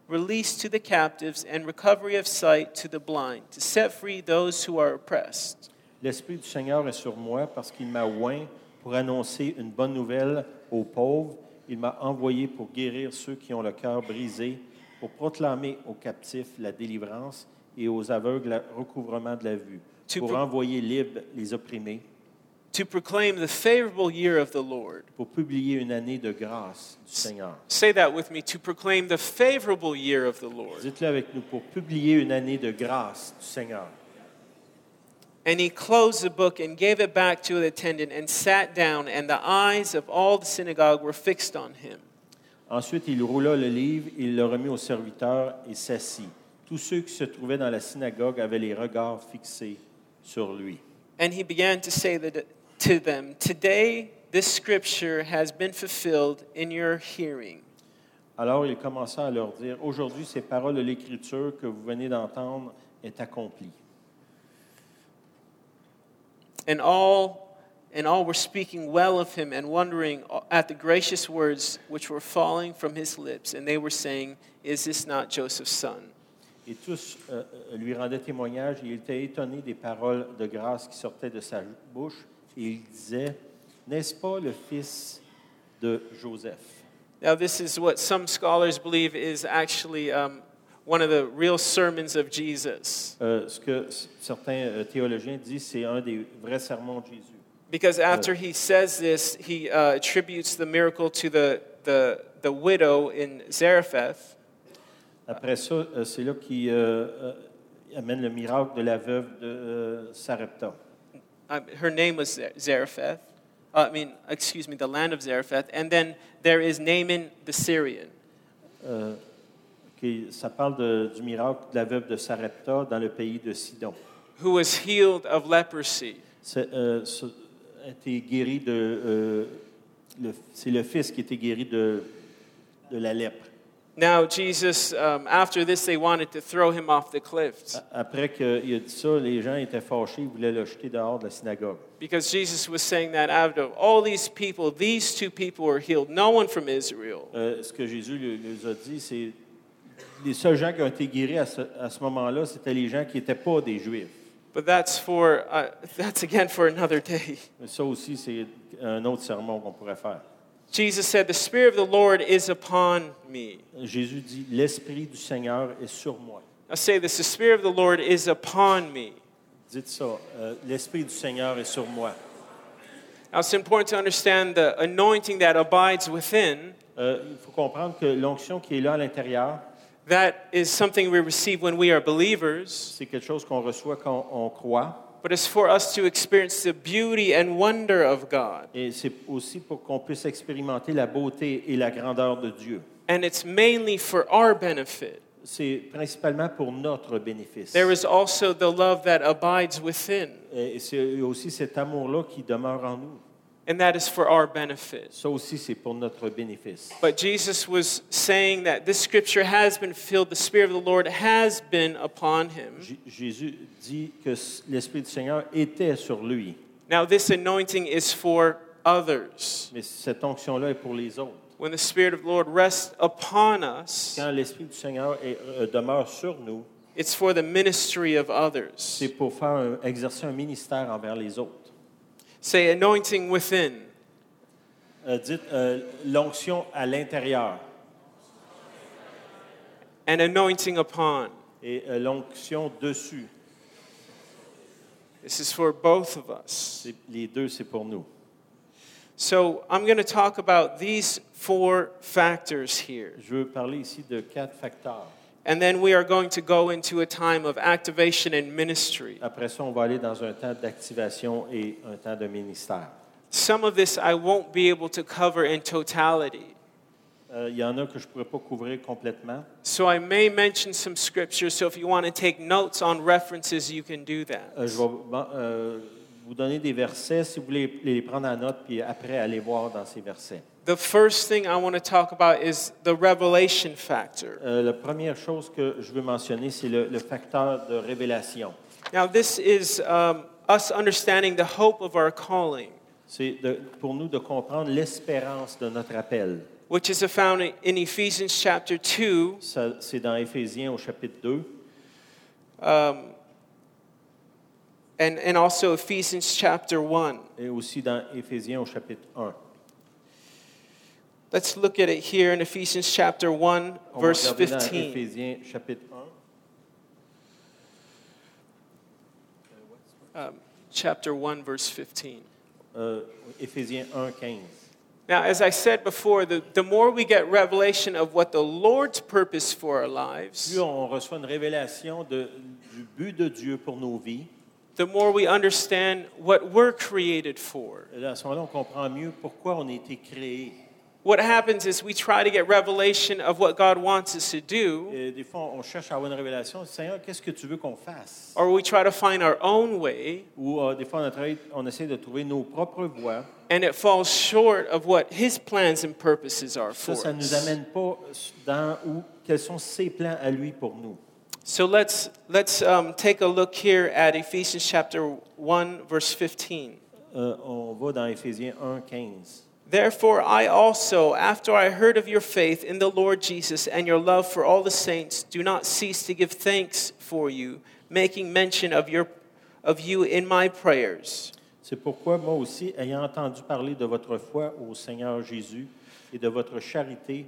release to the captives and recovery of sight to the blind, to set free those who are oppressed, L'Esprit du Seigneur est sur moi parce qu'il m'a oint pour annoncer une bonne nouvelle aux pauvres. Il m'a envoyé pour guérir ceux qui ont le cœur brisé, pour proclamer aux captifs la délivrance et aux aveugles le recouvrement de la vue, Tu pour peux- envoyer libres les opprimés, to proclaim the favorable year of the Lord. pour publier une année de grâce du Seigneur. Say that with me to proclaim the favorable year of the Lord. Dites-le avec nous, pour publier une année de grâce du Seigneur. And he closed the book and gave it back to the attendant and sat down, and the eyes of all the synagogue were fixed on him. Ensuite, il roula le livre, il le remit au serviteur et s'assit. Tous ceux qui se trouvaient dans la synagogue avaient les regards fixés sur lui. And he began to say that, to them, Today this scripture has been fulfilled in your hearing. Alors il commença à leur dire, Aujourd'hui, ces paroles de l'Écriture que vous venez d'entendre est accomplie. And all, and all were speaking well of him and wondering at the gracious words which were falling from his lips. And they were saying, Is this not Joseph's son? Et tous euh, euh, lui rendaient témoignage, et il était étonné des paroles de grâce qui sortaient de sa bouche, et il disait, N'est-ce pas le fils de Joseph? Now, this is what some scholars believe is actually um, one of the real sermons of Jesus. Euh, ce que s- certains euh, théologiens disent, c'est un des vrais sermons de Jésus. Because after he says this, he uh, attributes the miracle to the, the, the widow in Zarephath. Après ça, euh, c'est là qu'il euh, euh, amène le miracle de la veuve de euh, Sarepta. Um, her name was Zar- Zarephath. Uh, I mean, excuse me, the land of Zarephath. And then there is Naaman the Syrian. Euh, qui- ça parle de- du miracle de la veuve de Sarepta dans le pays de Sidon. who was healed of leprosy. C'est euh, ce- a été guéri de. euh, le- c'est le fils qui était guéri de, de la lèpre. Now, Jesus, um, after this, they wanted to throw him off the cliff A- Après qu'il a dit ça, les gens étaient fâchés, ils voulaient le jeter dehors de la synagogue. because Jesus was saying that out of all these people, these two people were healed, no one from Israel. Euh, ce que Jésus le- les a dit, c'est les seuls gens qui ont été guéris à ce, à ce moment-là, c'était les gens qui n'étaient pas des Juifs. But that's for uh, that's again for another day. Mais ça aussi, c'est un autre sermon qu'on pourrait faire. Jesus said, "The Spirit of the Lord is upon me." Jésus dit L'Esprit du Seigneur est sur moi. Now say this: The Spirit of the Lord is upon me. Dites ça euh, L'Esprit du Seigneur est sur moi. Now it's important to understand the anointing that abides within. Euh, il faut comprendre que l'onction qui est là à l'intérieur, That is something we receive when we are believers. c'est quelque chose qu'on reçoit quand on croit. But it's for us to experience the beauty and wonder of God. Et c'est aussi pour qu'on puisse expérimenter la beauté et la grandeur de Dieu. And it's mainly for our benefit. C'est principalement pour notre bénéfice. There is also the love that abides within, Et c'est aussi cet amour-là qui demeure en nous. and that is for our benefit. Ça aussi, c'est pour notre bénéfice. But Jesus was saying that this scripture has been filled, the Spirit of the Lord has been upon him. J- Jésus dit que s- l'Esprit du Seigneur était sur lui, Now, this anointing is for others. mais cette onction-là est pour les autres. When the Spirit of the Lord rests upon us, Quand l'Esprit du Seigneur est- euh, demeure sur nous, it's for the ministry of others. c'est pour faire un- exercer un ministère envers les autres. Say, anointing within. Euh, dites euh, l'onction à l'intérieur and anointing upon. et euh, l'onction dessus. This is for both of us. C'est- Les deux, c'est pour nous. So I'm going to talk about these four factors here. Je veux parler ici de quatre facteurs. And then we are going to go into a time of activation and ministry. Après ça, on va aller dans un temps d'activation et un temps de ministère. Some of this I won't be able to cover in totality. Euh, il y en a que je ne pourrais pas couvrir complètement. So I may mention some scriptures. So if you want to take notes on references, you can do Euh, je that. vais bon, euh, vous donner des versets si vous voulez les prendre en note, puis après aller voir dans ces versets. The first thing I want to talk about is the revelation factor. Euh, la première chose que je veux mentionner, c'est le, le facteur de révélation. Now, this is um, us understanding the hope of our calling. C'est de- pour nous de comprendre l'espérance de notre appel. which is found in Ephesians chapter 2, Ça, C'est dans Éphésiens au chapitre 2 um, and, and also Ephesians chapter 1. et aussi dans Éphésiens au chapitre 1. Let's look at it here in Ephesians chapter 1, On va verse regarder dans 15. Éphésiens chapitre 1. Um, chapter 1, verse 15. Euh, Éphésiens 1, 15. Now, as I said before, the, the more we get revelation of what the Lord's purpose for our lives, Plus on reçoit une révélation de- du but de Dieu pour nos vies, the more we understand what we're created for. Et là, à ce moment-là, on comprend mieux pourquoi on a été créé. What happens is we try to get revelation of what God wants us to do, Et des fois, on cherche à avoir une révélation. Seigneur, qu'est-ce que tu veux qu'on fasse? or we try to find our own way, Ou euh, des fois, on, a travaillé- on essaie de trouver nos propres voies. and it falls short of what his plans and purposes are Ça, for ça ne us. nous amène pas dans où, quels sont ses plans à lui pour nous. So let's, let's um, take a look here at Ephesians chapter 1, verse 15. Euh, on va dans Éphésiens 1, 15. Therefore, I also, after I heard of your faith in the Lord Jesus and your love for all the saints, do not cease to give thanks for you, making mention of, your, of you in my prayers. C'est pourquoi moi aussi, ayant entendu parler de votre foi au Seigneur Jésus et de votre charité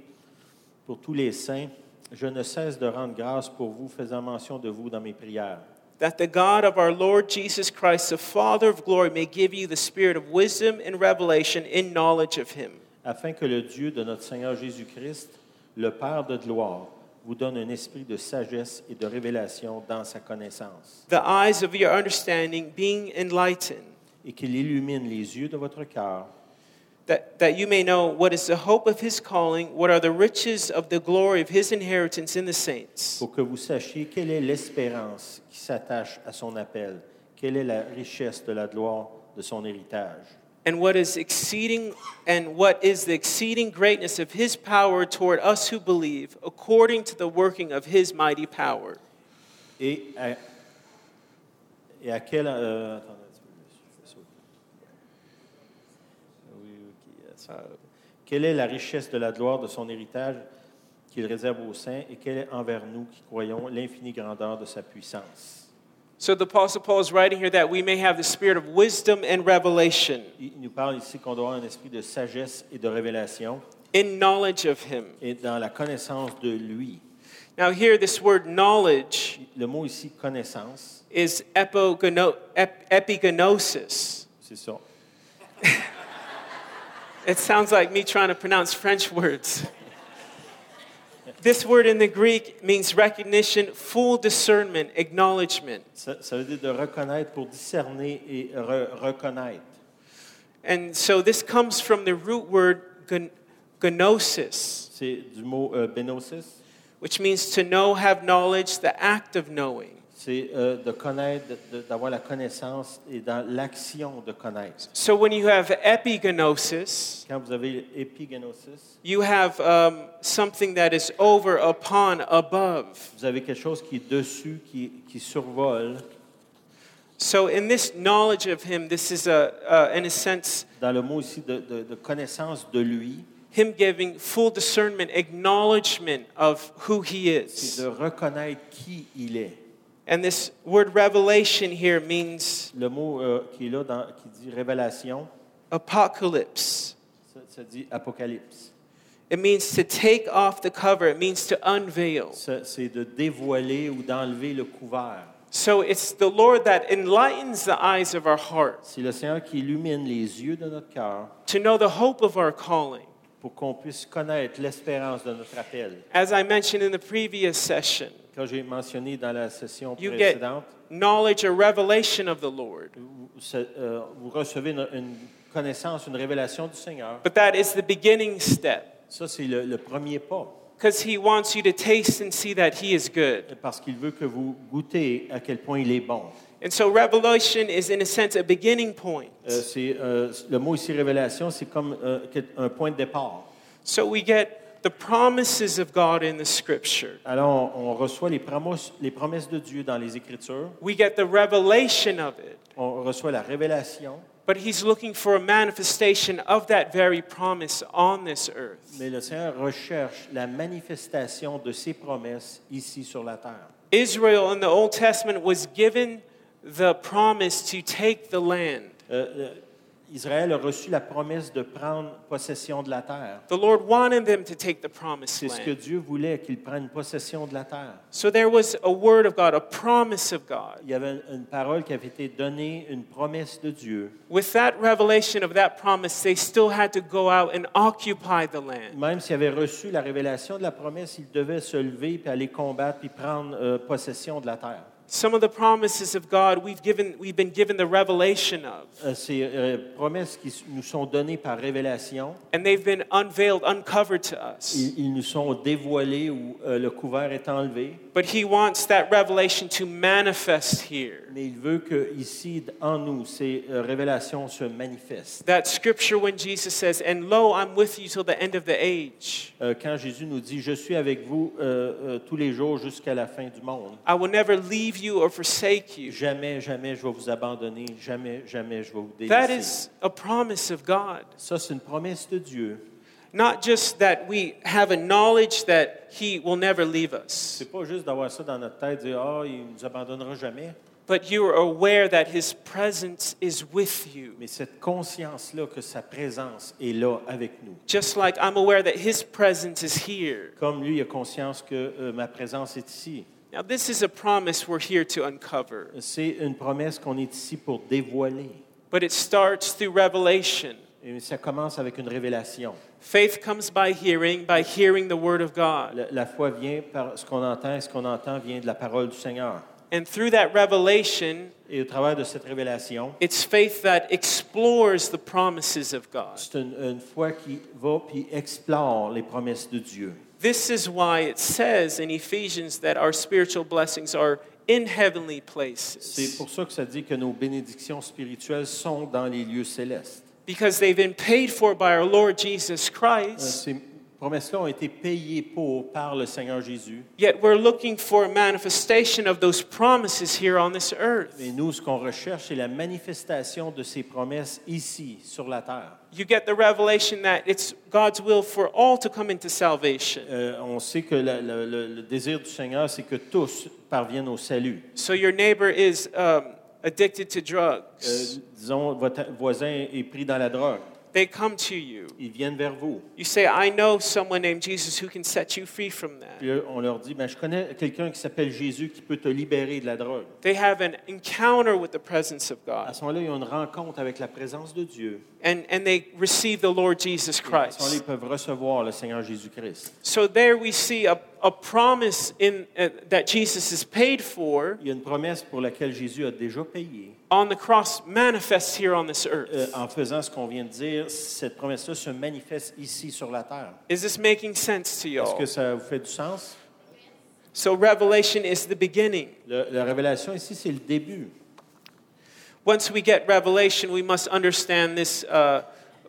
pour tous les saints, Je ne cesse de rendre grâce pour vous, faisant mention de vous dans mes prières, that the God of our Lord Jesus Christ, the Father of glory, may give you the spirit of wisdom and revelation in knowledge of him, afin que le Dieu de notre Seigneur Jésus-Christ, le Père de gloire, vous donne un esprit de sagesse et de révélation dans sa connaissance, the eyes of your understanding being enlightened, et qu'il illumine les yeux de votre cœur, that, that you may know what is the hope of his calling, what are the riches of the glory of his inheritance in the saints, pour que vous sachiez quelle est l'espérance qui s'attache à son appel, quelle est la richesse de la gloire de son héritage, and what is exceeding and what is the exceeding greatness of his power toward us who believe, according to the working of his mighty power. et à, et à quel... euh, attendez un petit peu, je fais ça. Oui, ok, yes. Ah, Quelle est la richesse de la gloire de son héritage qu'il réserve aux saints et quelle est envers nous qui croyons l'infinie grandeur de sa puissance? So the Apostle Paul is writing here that we may have the spirit of wisdom and revelation Il nous parle ici qu'on doit avoir un esprit de sagesse et de révélation in knowledge of him. et dans la connaissance de lui. Now, here, this word knowledge Le mot ici connaissance, is epogeno- ep- epigenosis. c'est ça. It sounds like me trying to pronounce French words. this word in the Greek means recognition, full discernment, acknowledgement. ça. ça veut dire de reconnaître pour discerner et re- reconnaître. And so this comes from the root word gn- gnosis, C'est du mot euh, benosis, which means to know, have knowledge, the act of knowing. c'est euh, de connaître, de- de- d'avoir la connaissance et dans l'action de connaître. So when you have epigenosis, Quand vous avez épigenosis, you have um, something that is over, upon, above. vous avez quelque chose qui est dessus, qui, qui survole. So in this knowledge of him, this is a, uh, in a sense, Dans le mot ici de, de- de connaissance de lui, him giving full discernment, acknowledgement of who he c'est is. de reconnaître qui il est. And this word revelation here means Le mot euh, qui est là, dans- qui dit révélation, apocalypse. ça, ça dit apocalypse. It means to take off the cover. It means to unveil. Ça, C'est de dévoiler ou d'enlever le couvert. So it's the Lord that enlightens the eyes of our hearts C'est le Seigneur qui illumine les yeux de notre cœur to know the hope of our calling. pour qu'on puisse connaître l'espérance de notre appel. As I mentioned in the previous session, Quand j'ai mentionné dans la session you get précédente, knowledge or revelation of the Lord. vous, ce- euh, vous recevez une, une connaissance, une révélation du Seigneur. But that is the beginning step Ça, c'est le, le premier pas, because He wants you to taste and see that He is good. parce qu'il veut que vous goûtez à quel point il est bon. And so, revelation is, in a sense, a beginning point. Euh, c'est, euh, le mot ici révélation, c'est comme euh, quel- un point de départ. So, we get the promises of God in the scripture, Alors, on, on reçoit les promos- les promesses de Dieu dans les Écritures, we get the revelation of it. on reçoit la révélation, But he's looking for a manifestation of that very promise on this earth. Mais le Seigneur recherche la manifestation de ses promesses ici sur la terre. Israel in the Old Testament was given the promise to take the land. Euh, euh, Israël a reçu la promesse de prendre possession de la terre. The Lord wanted them to take the promised C'est ce que land. Dieu voulait, qu'il prenne possession de la terre. So there was a word of God, a promise of God. Il y avait une parole qui avait été donnée, une promesse de Dieu. With that revelation of that promise, they still had to go out and occupy the land. Même s'il avait reçu la révélation de la promesse, il devait se lever puis aller combattre puis prendre euh, possession de la terre. Some of the promises of God we've, given, we've been given the revelation of, Euh, ces euh, promesses qui s- nous sont données par révélation, and they've been unveiled, uncovered to us. ils, ils nous sont dévoilées ou euh, le couvert est enlevé. But he wants that revelation to manifest here. Mais il veut que ici, en nous, ces euh, révélations se manifestent. That scripture when Jesus says, And lo, I'm with you till the end of the age. Euh, quand Jésus nous dit, je suis avec vous euh, euh, tous les jours jusqu'à la fin du monde. I will never leave you or forsake you. Jamais, jamais je vais vous abandonner. Jamais, jamais je vais vous That délaisser. is a promise of God. Ça, c'est une promesse de Dieu. Not just that we have a knowledge that he will never leave us, C'est pas juste d'avoir ça dans notre tête, dire, ah, il ne nous abandonnera jamais. but you are aware that his presence is with you. Mais cette conscience-là que sa présence est là avec nous. Just like I'm aware that his presence is here. Comme lui, il a conscience que euh, ma présence est ici. Now, this is a promise we're here to uncover, C'est une promesse qu'on est ici pour dévoiler. but it starts through revelation. Et ça commence avec une révélation. Faith comes by hearing, by hearing the word of God. La, la foi vient par ce qu'on entend et ce qu'on entend vient de la parole du Seigneur. And through that revelation, Et au travers de cette révélation, it's faith that explores the promises of God. c'est une, une foi qui va puis explore les promesses de Dieu. This is why it says in Ephesians that our spiritual blessings are in heavenly C'est places pour ça que ça dit que nos bénédictions spirituelles sont dans les lieux célestes. because they've been paid for by our Lord Jesus Euh, Christ. Ces promesses-là ont été payées pour par le Seigneur Jésus. Yet we're looking for a manifestation of those promises here on this earth. Mais nous, ce qu'on recherche, c'est la manifestation de ces promesses ici, sur la terre. You get the revelation that it's God's will for all to come into salvation. Euh, on sait que la- la- le, le désir du Seigneur, c'est que tous parviennent au salut. So your neighbor is um, addicted to Euh, drugs. disons, votre voisin est pris dans la drogue. They come to you. Ils viennent vers vous. You say, I know someone named Jesus who can set you free from that. Puis là, on leur dit, ben, je connais quelqu'un qui s'appelle Jésus qui peut te libérer de la drogue. They have an encounter with the presence of À God. ce moment-là, ils ont une rencontre avec la présence de Dieu. and, and they receive the Lord Jesus À ce moment-là, ils Christ. peuvent recevoir le Seigneur Jésus-Christ. So there we see a, a promise in, uh, that Jesus is paid for Il y a une promesse pour laquelle Jésus a déjà payé. on the cross manifests here on this Euh, earth. en faisant ce qu'on vient de dire, cette promesse-là se manifeste ici sur la terre. Is this making sense to Est-ce que y'all? ça vous fait du sens? So revelation is the beginning. Le- la révélation ici, c'est le début. Once we get revelation, we must understand this, uh,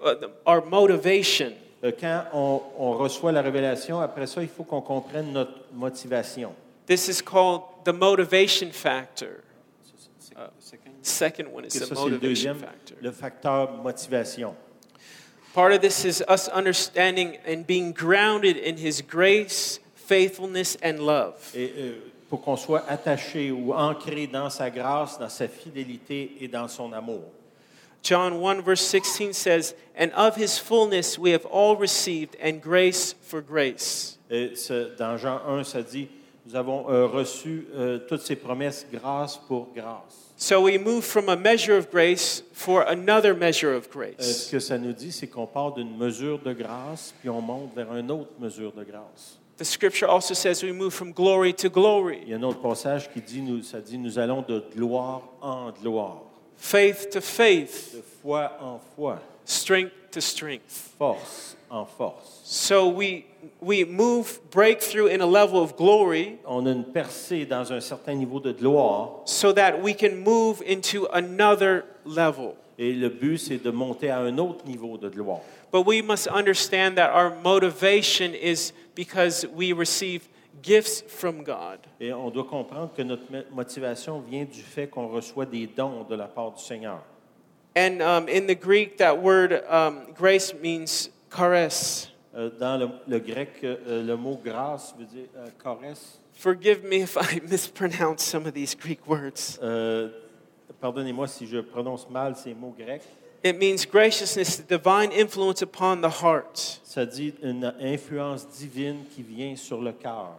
uh, our motivation. Euh, Quand on, on reçoit la révélation, après ça, il faut qu'on comprenne notre motivation. This is called the motivation factor. Uh, Et Second one is the ça, c'est le motivation deuxième, factor. le facteur motivation. Part of this is us understanding and being grounded in His grace, faithfulness, and love. Et, euh, pour qu'on soit attaché ou ancré dans sa grâce, dans sa fidélité et dans son amour. John 1, verse 16 says, And of His fullness we have all received, and grace for grace. Et ce- dans Jean 1, ça dit, nous avons euh, reçu euh, toutes ces promesses grâce pour grâce. So we move from a measure of grace for another measure of Euh, ce grace. que ça nous dit, c'est qu'on part d'une mesure de grâce, puis on monte vers une autre mesure de grâce. The scripture also says we move from glory to Il y glory, a un autre passage qui dit, nous, ça dit, nous allons de gloire en gloire, faith to faith, de foi en foi, strength to strength. force en force. So we, we move breakthrough in a level of glory On a une percée dans un certain niveau de gloire, so that we can move into another level. et le but, c'est de monter à un autre niveau de gloire. But we must understand that our motivation is because we receive gifts from God. Et on doit comprendre que notre mo- motivation vient du fait qu'on reçoit des dons de la part du Seigneur. And um, in the Greek, that word um, grace means charis. Euh, dans le, le grec, euh, le mot grâce veut dire euh, caresse. Forgive me if I mispronounce some of these Greek words. Euh, Pardonnez-moi si je prononce mal ces mots grecs. It means graciousness, the divine influence upon the heart, Ça dit une influence divine qui vient sur le cœur,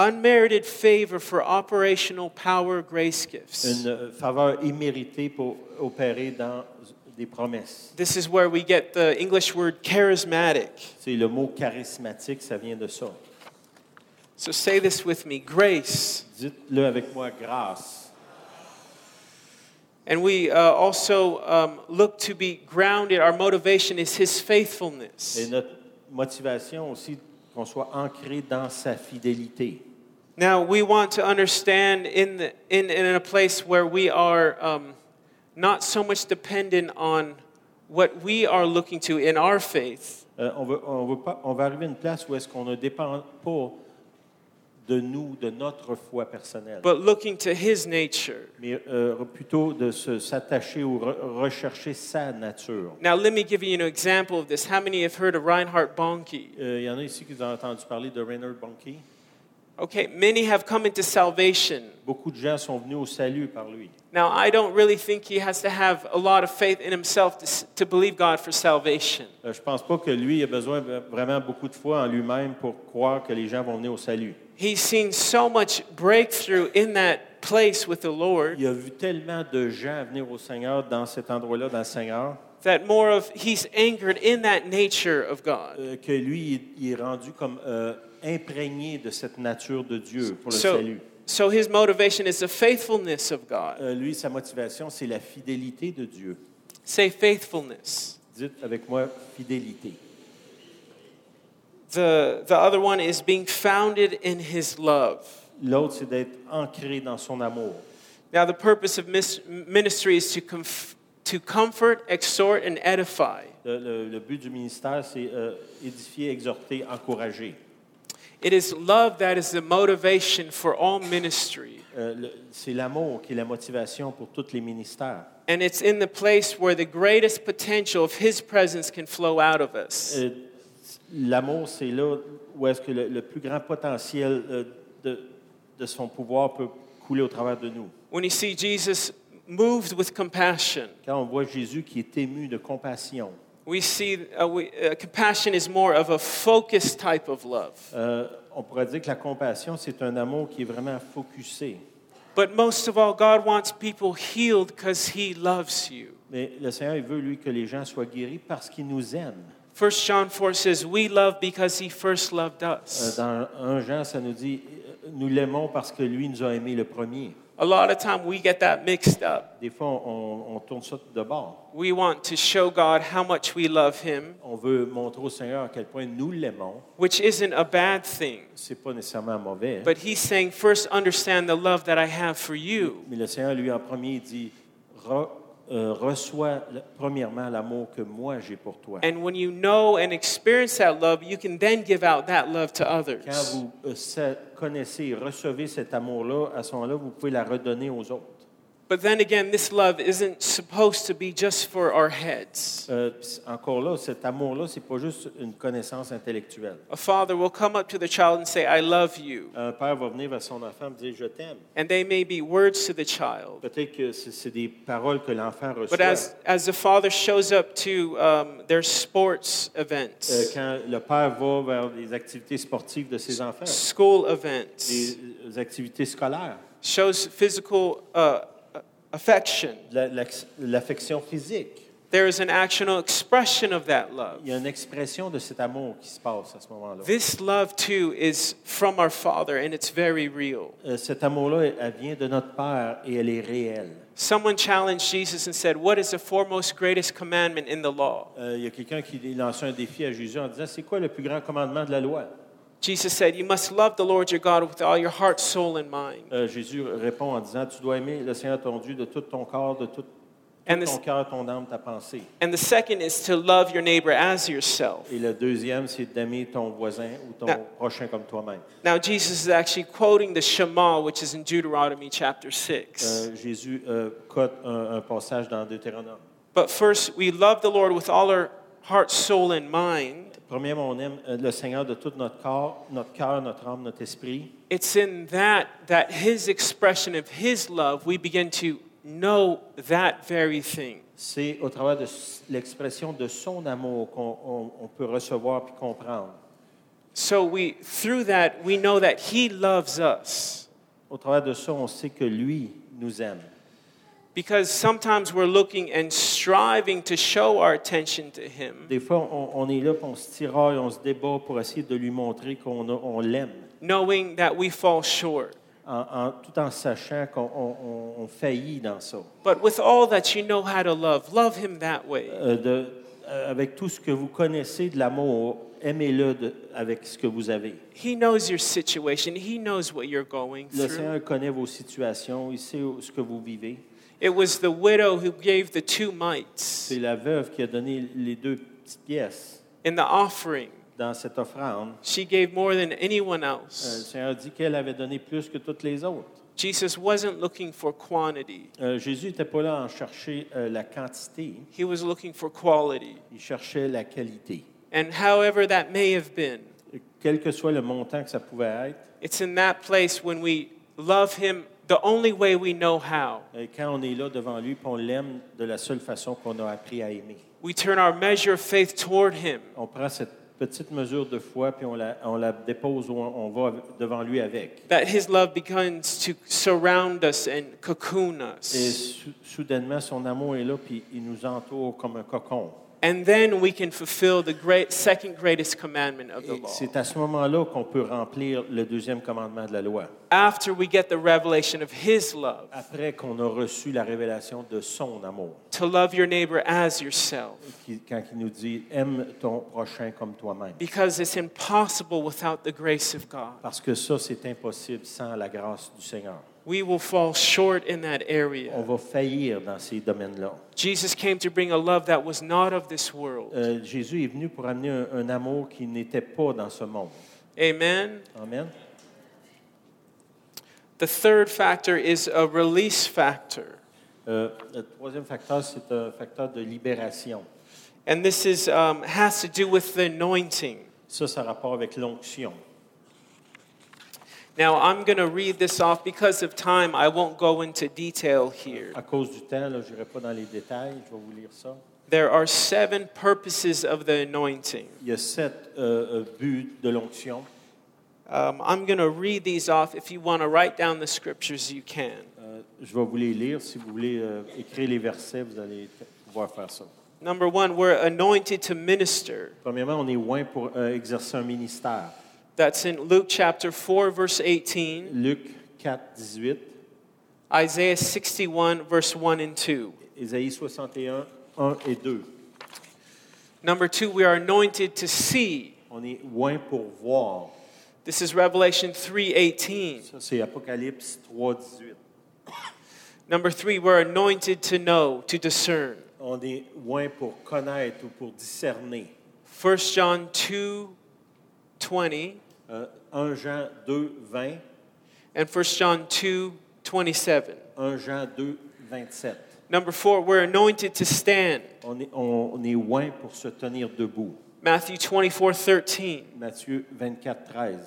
unmerited favor for operational power grace gifts. une euh, faveur imméritée pour opérer dans des promesses. This is where we get the English word charismatic. C'est le mot charismatique, ça vient de ça. So say this with me grace. Dites-le avec moi, grâce. And we uh, also um, look to be grounded. Our motivation is His Et faithfulness. notre motivation aussi, qu'on soit ancré dans sa fidélité. Now, we want to understand in, the, in, in a place where we are um, not so much dependent on what we are looking to in our faith, Euh, on, veut- on veut pas- on va arriver à une place où est-ce qu'on ne dépend pas de nous, de notre foi personnelle, but looking to His nature. mais euh, plutôt de se- s'attacher ou re- rechercher sa nature. Now, let me give you an example of this. How many have heard of Reinhard Bonnke? Euh, Il y en a ici qui ont entendu parler de Reinhard Bonnke. Okay, many have come into salvation. Beaucoup de gens sont venus au salut par lui. Now, I don't really think he has to have a lot of faith in himself to, s- to believe God for salvation. Euh, Je ne pense pas que lui a besoin de- vraiment beaucoup de foi en lui-même pour croire que les gens vont venir au salut. He's seen so much breakthrough in that place with the Lord Il a vu tellement de gens venir au Seigneur dans cet endroit-là, dans le Seigneur, that more of he's anchored in that nature of God. euh, que lui, il- il est rendu comme euh, imprégné de cette nature de Dieu pour le So, salut. so his motivation is the faithfulness of God. Euh, lui, sa motivation, c'est la fidélité de Dieu. Say faithfulness. Dites avec moi, fidélité. The, the other one is being founded in his love. L'autre, c'est d'être ancré dans son amour. Now, the purpose of mis- ministry is to, comf- to comfort, exhort, and edify. Le, le- le but du ministère, c'est euh, édifier, exhorter, encourager. It is love that is the motivation for all ministry. Euh, le- c'est l'amour qui est la motivation pour tous les ministères. And it's in the place where the greatest potential of His presence can flow out of us. Euh, l'amour, c'est là où est-ce que le, le plus grand potentiel euh, de, de son pouvoir peut couler au travers de nous. When you see Jesus moved with compassion, Quand on voit Jésus qui est ému de compassion, we see uh, we, uh, compassion is more of a focused type of love. euh, on pourrait dire que la compassion, c'est un amour qui est vraiment focusé. But most of all, God wants people healed because He loves you. Mais le Seigneur, il veut, lui, que les gens soient guéris parce qu'il nous aime. 1 John 4 says, We love because He first loved Euh, us. Dans 1 Jean, ça nous dit, euh, nous l'aimons parce que lui nous a aimés le premier. A lot of time we get that mixed up. Des fois, on, on tourne ça de bord. We want to show God how much we love Him, On veut montrer au Seigneur à quel point nous l'aimons. which isn't a bad thing. C'est pas nécessairement mauvais. hein. But he's saying, first understand the love that I have for you. Mais le Seigneur, lui, en premier, il dit Re- euh, Reçois le- premièrement l'amour que moi j'ai pour toi. And when you know and experience that love, you can then give out that love to Quand others. vous euh, sa- connaissez et recevez cet amour-là, à ce moment-là, vous pouvez la redonner aux autres. But then again, this love isn't supposed to be just for our heads. Euh, pis c- encore là, cet amour-là, c'est pas juste une connaissance intellectuelle. A father will come up to the child and say, I love you. Un père va venir vers son enfant et dire Je t'aime. And they may be words to the child. Peut-être que c'est c'est des paroles que l'enfant reçoit. But as, as the father shows up to um, their sports Euh, events, quand le père va vers les activités sportives de ses enfants, school events, des activités scolaires, shows physical uh, affection, de la- l'ac- l'affection physique. There is an actual expression of that love. Il y a une expression de cet amour qui se passe à ce moment-là. This love, too, is from our Father and it's very real. Euh, Cet amour-là, elle vient de notre Père et elle est réelle. Someone challenged Jesus and said, What is the foremost greatest commandment in the law? Euh, il y a quelqu'un qui lance un défi à Jésus en disant, c'est quoi le plus grand commandement de la loi? Jesus said, You must love the Lord your God with all your heart, soul, and mind. Euh, Jésus répond en disant, tu dois aimer le Seigneur ton Dieu de tout ton corps, de tout, tout And ton this- cœur, ton âme, ta pensée. And the second is to love your neighbor as yourself. Et le deuxième, c'est d'aimer ton voisin ou ton Non. prochain comme toi-même. Now, Jesus is actually quoting the Shema, which is in Deuteronomy chapter 6. Euh, Jésus euh, cote un, un passage dans Deutéronome. But first, we love the Lord with all our heart, soul, and mind. Premièrement, on aime euh, le Seigneur de tout notre corps, notre cœur, notre âme, notre esprit. It's in that that his expression of his love we begin to know that very thing. C'est au travers de s- l'expression de son amour qu'on on- on peut recevoir puis comprendre. So we through that we know that he loves us Au travers de ça, on sait que lui nous aime. because sometimes we're looking and striving to show our attention to him Des fois, on, on est là, puis on se tiraille, on se débat pour essayer de lui montrer qu'on a- on l'aime, knowing that we fall short. en- en- tout en sachant qu'on on- on- on faillit dans ça. But with all that you know how to love, love him that way. Euh, de- euh, avec tout ce que vous connaissez de l'amour, aimez-le de- avec ce que vous avez. He knows your situation. He knows what you're going Le through. Seigneur connaît vos situations, il sait où- ce que vous vivez. It was the widow who gave the two mites C'est la veuve qui a donné les deux petites pièces in the offering. dans cette offrande. She gave more than anyone Euh, le else. Seigneur dit qu'elle avait donné plus que toutes les autres. Jesus wasn't looking for quantity, Euh, Jésus n'était pas là à en chercher euh, la quantité, he was looking for quality. il cherchait la qualité. And however that may have been, Et quel que soit le montant que ça pouvait être. It's in that place when we love Him the only way we know how. euh, Quand on est là devant lui, puis on l'aime de la seule façon qu'on a appris à aimer. We turn our measure of faith toward Him. On prend cette petite mesure de foi, puis on la, on la dépose où on, on va av- devant lui avec. That His love begins to surround us and cocoon Et us. sou- soudainement, son amour est là, puis il nous entoure comme un cocon. And then we can fulfill the great, second greatest commandment of the Et law. c'est à ce moment-là qu'on peut remplir le deuxième commandement de la loi, After we get the revelation of His love, après qu'on a reçu la révélation de son amour, to love your neighbor as yourself. qui- quand il nous dit « aime ton prochain comme toi-même Because it's impossible without the grace of God. ». Parce que ça, c'est impossible sans la grâce du Seigneur. We will fall short in that On area. va faillir dans ces domaines-là. Jesus came to bring a love that was not of this world. Euh, Jésus est venu pour amener un, un amour qui n'était pas dans ce monde. Amen. Amen. The third factor is a release factor. Euh, le troisième facteur, c'est un facteur de libération. And this is, um, has to do with the anointing. Ça, ça a rapport avec l'onction. Now, I'm going to read this off because of time. I won't go into detail here. À cause du temps, là, je n'irai pas dans les détails, je vais vous lire ça. There are seven purposes of the anointing. Il y a sept euh, euh, buts de l'onction. Um, I'm going to read these off. If you want to write down the scriptures, you can. Euh, je vais vous les lire. Si vous voulez euh, écrire les versets, vous allez t- pouvoir faire ça. Number one, we're anointed to minister. Premièrement, on est loin pour euh, exercer un ministère. That's in Luke chapter 4, verse 18, Luc 4, 18, Isaiah 61, verse 1 and 2. Ésaïe 61, 1 et 2. Number two, we are anointed to see. On est loin pour voir. This is Revelation 3:18. Ça, c'est Apocalypse 3, 18. Number three, we're anointed to know, to discern. On est loin pour connaître ou pour discerner. 1 John 2:20 Euh, 1 Jean 2, 20, and 1 John 2:27. 1 Jean 2, 27. Number four, we're anointed to stand. On est, on, on est loin pour se tenir debout. Matthew 24:13. Matthieu 24, 13.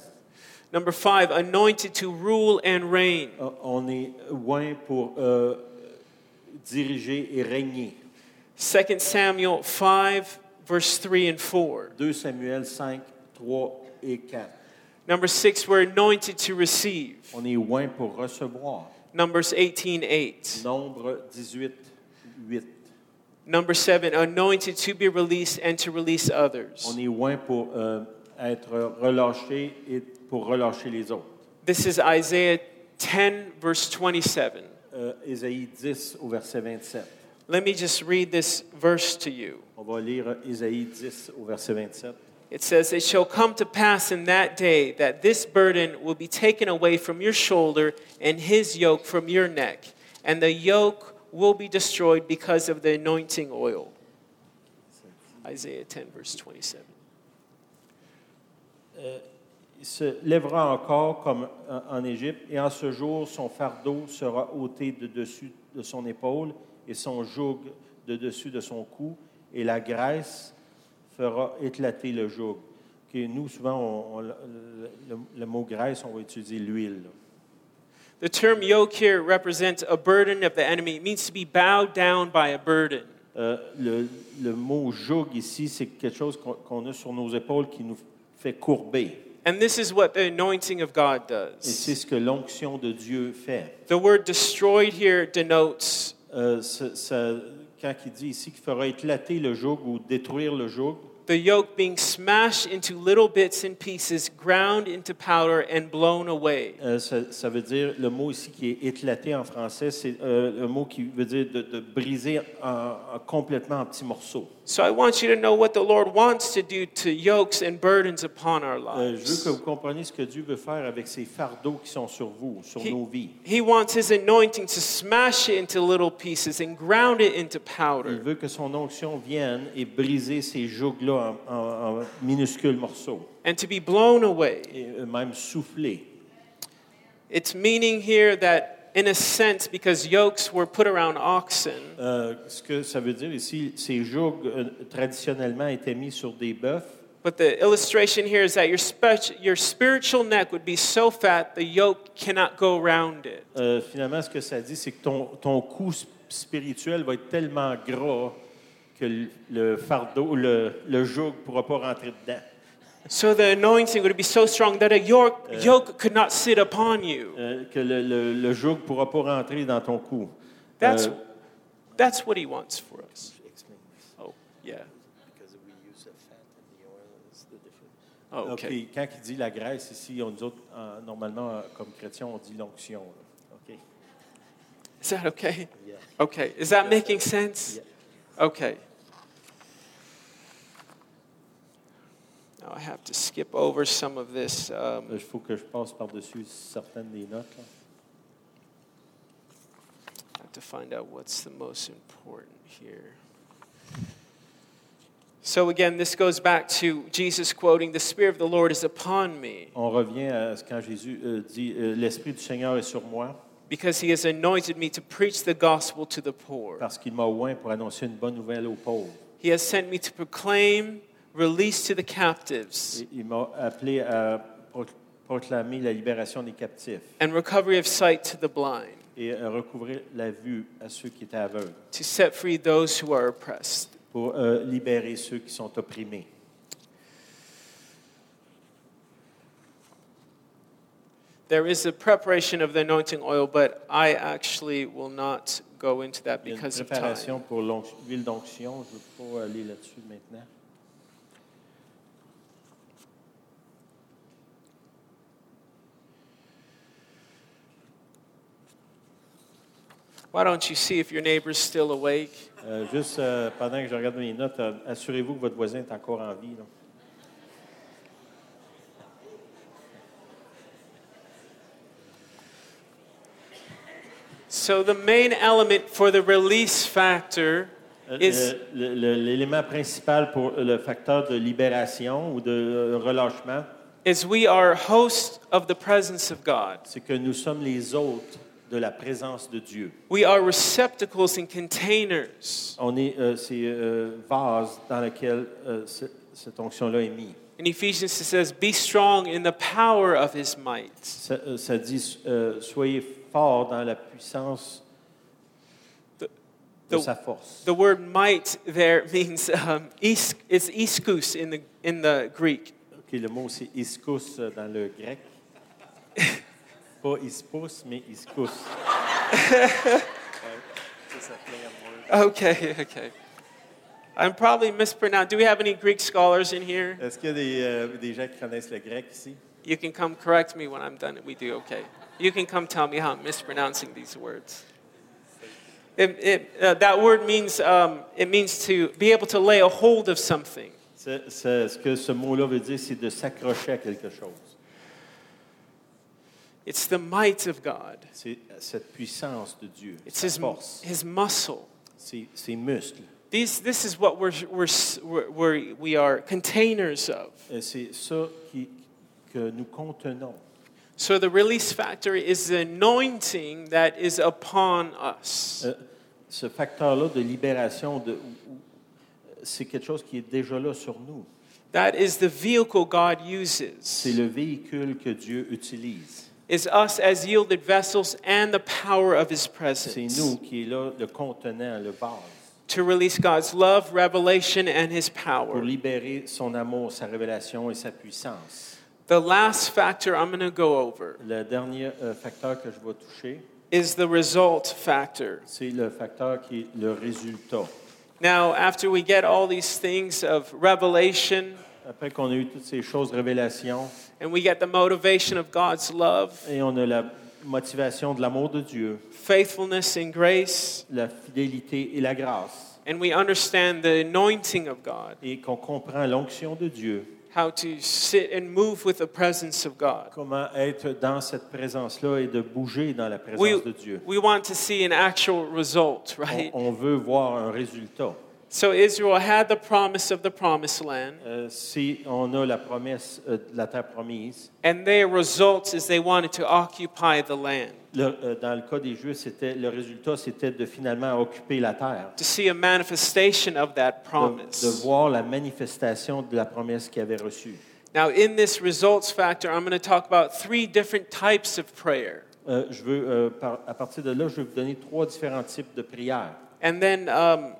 Number five, anointed to rule and reign. Euh, On est loin pour euh, diriger et régner. 2 Samuel 5, verse 3 and 4. 2 Samuel 5, 3 et 4. Number six, we're anointed to receive. On est loin pour recevoir. Numbers 18, 8. Nombre 18, 8. Number seven, anointed to be released and to release On others. est loin pour euh, être relâché et pour relâcher les autres. This is Isaiah 10, verse 27. Euh, Ésaïe 10 au verset 27. Let me just read this verse to you. On va lire Ésaïe 10 au verset 27. It says, It shall come to pass in that day that this burden will be taken away from your shoulder and his yoke from your neck, and the yoke will be destroyed because of the anointing oil. Isaiah 10, verse 27. Il se lèvera encore comme en- en Égypte, et en ce jour, son fardeau sera ôté de dessus de son épaule, et son joug de dessus de son cou, et la graisse fera éclater le joug. Que nous, souvent, on- on- le, le- le mot graisse, on va utiliser l'huile. là. The term yoke here represents a burden of the enemy. It means to be bowed down by a burden. Euh, le, le mot joug ici, c'est quelque chose qu'on- qu'on a sur nos épaules qui nous fait courber. And this is what the anointing of God Et c'est does. ce que l'onction de Dieu fait. The word destroyed here denotes Euh, ça- ça- quand il dit ici qu'il fera éclater le joug ou détruire le joug, the yoke being smashed into little bits and pieces, ground into powder, and blown away. euh, ça, ça veut dire le mot ici qui est éclaté en français, c'est euh, un mot qui veut dire de, de briser en- en- complètement en petits morceaux. So I want you to know what the Lord wants to do to yokes and burdens upon our Euh, je veux lives. que vous compreniez ce que Dieu veut faire avec ces fardeaux qui sont sur vous, sur nos He, vies. he wants his anointing to smash it into little pieces and ground it into Il powder. veut que son onction vienne et briser ces jougs-là en, en- en minuscules morceaux, and to be blown away. et euh, même souffler. It's meaning here that, in a sense, because yokes were put around oxen, Euh, ce que ça veut dire ici, ces jougs euh, traditionnellement étaient mis sur des bœufs. But the illustration here is that your, spe- your spiritual neck would be so fat the yoke cannot go around it. Euh, finalement, ce que ça dit, c'est que ton, ton coût sp- spirituel va être tellement gras que le- le fardeau, le, le joug ne pourra pas rentrer dedans. So the anointing would be so strong that a yoke, yoke could not sit upon you. Euh, que le, le, le joug ne pourra pas rentrer dans ton cou. That's, Euh, that's what he wants for us. Oh, yeah. Because we use the fat and the oil is the difference. Oh, OK. okay. Quand il dit la graisse, ici, on, nous autres, en- normalement, euh, comme chrétiens, on dit l'onction. là. OK. Is that okay? Yeah. Okay. Is that making sense? Okay. Now I have to skip over some of this. Euh, Il Um, faut que je passe par-dessus certaines des notes. là. I have to find out what's the most important here. So again, this goes back to Jesus quoting, "The Spirit of the Lord is upon me, On revient à ce quand Jésus euh, dit euh, L'Esprit du Seigneur est sur moi because He has anointed me to preach the gospel to the poor. parce qu'il m'a oint pour annoncer une bonne nouvelle aux pauvres. He has sent me to proclaim release to the captives Et Il m'a appelé à pro- proclamer la libération des captifs and recovery of sight to the blind, et à recouvrir la vue à ceux qui étaient aveugles to set free those who are oppressed." pour euh, libérer ceux qui sont opprimés. There is a preparation of the anointing oil, but I actually will not go into that Il y a une because of préparation time. pour l'onc- l'huile d'onction. Je ne veux pas aller là-dessus maintenant. Why don't you see if your neighbor's still awake? Euh, juste euh, pendant que je regarde mes notes, euh, assurez-vous que votre voisin est encore en vie. là. So, the main element for the release factor Euh, is le- le- L'élément principal pour euh, le facteur de libération ou de euh, relâchement, is we are hosts of the presence of God. c'est que nous sommes les hôtes de la présence de Dieu. We are receptacles and containers. On est euh, ces euh, vases dans lesquels euh, ce- cette onction-là est mise. In Ephesians, it says, Be strong in the power of his might. Ça, euh, ça dit euh, soyez forts dans la puissance de The- sa force. The word might there means um, is, it's iskous in the, in the Greek. Ok, le mot c'est iskous euh, dans le grec. Pas ispous, mais iskous. Okay, okay. I'm probably mispronounced. Do we have any Greek scholars in here? Est-ce qu'il y a des, euh, des gens qui connaissent le grec ici? You can come correct me when I'm done. We do, okay. You can come tell me how I'm mispronouncing these words. It, it, uh, that word means um, it means to be able to lay a hold of something. C'est- c'est- ce que ce mot-là veut dire, c'est de s'accrocher à quelque chose. It's the might of God. C'est cette puissance de Dieu, It's sa his, force, his muscle. ses, ses muscles. These, this is what we're, we're, we're, we're, we are containers of. Euh, C'est ça qui, que nous contenons. So the release factor is the anointing that is upon us. Euh, ce facteur-là de libération, de, ou- ou- c'est quelque chose qui est déjà là sur nous. That is the vehicle God C'est uses. le véhicule que Dieu utilise. Is us as yielded vessels and the power of his C'est presence nous qui est là, le contenant, le vase, to release God's love, revelation, and his pour power. libérer son amour, sa révélation et sa puissance. The last factor I'm going to go over Le dernier euh, facteur que je vais toucher, is the result factor. c'est le facteur qui est le résultat. Now, after we get all these things of revelation Après qu'on a eu toutes ces choses, révélations, and we get the motivation of God's love, et on a la motivation de l'amour de Dieu, faithfulness, and grace, la fidélité et la grâce, and we understand the anointing of God, et qu'on comprend l'onction de Dieu, how to sit and move with the presence of God. comment être dans cette présence-là et de bouger dans la présence We, de Dieu. we want to see an actual result, On, right? on veut voir un résultat. So Israel had the promise of the promised land, Euh, si on a la promesse euh, de la terre promise, and their results is they wanted to occupy the land. le- euh, dans le cas des Juifs, c'était, le résultat, c'était de finalement occuper la terre, to see a manifestation of that de, de promise. voir la manifestation de la promesse qu'ils avaient reçue. Now, in this results factor, I'm going to talk about three different types of prayer. Euh, je veux, euh, par- à partir de là, je vais vous donner trois différents types de prières. And then um,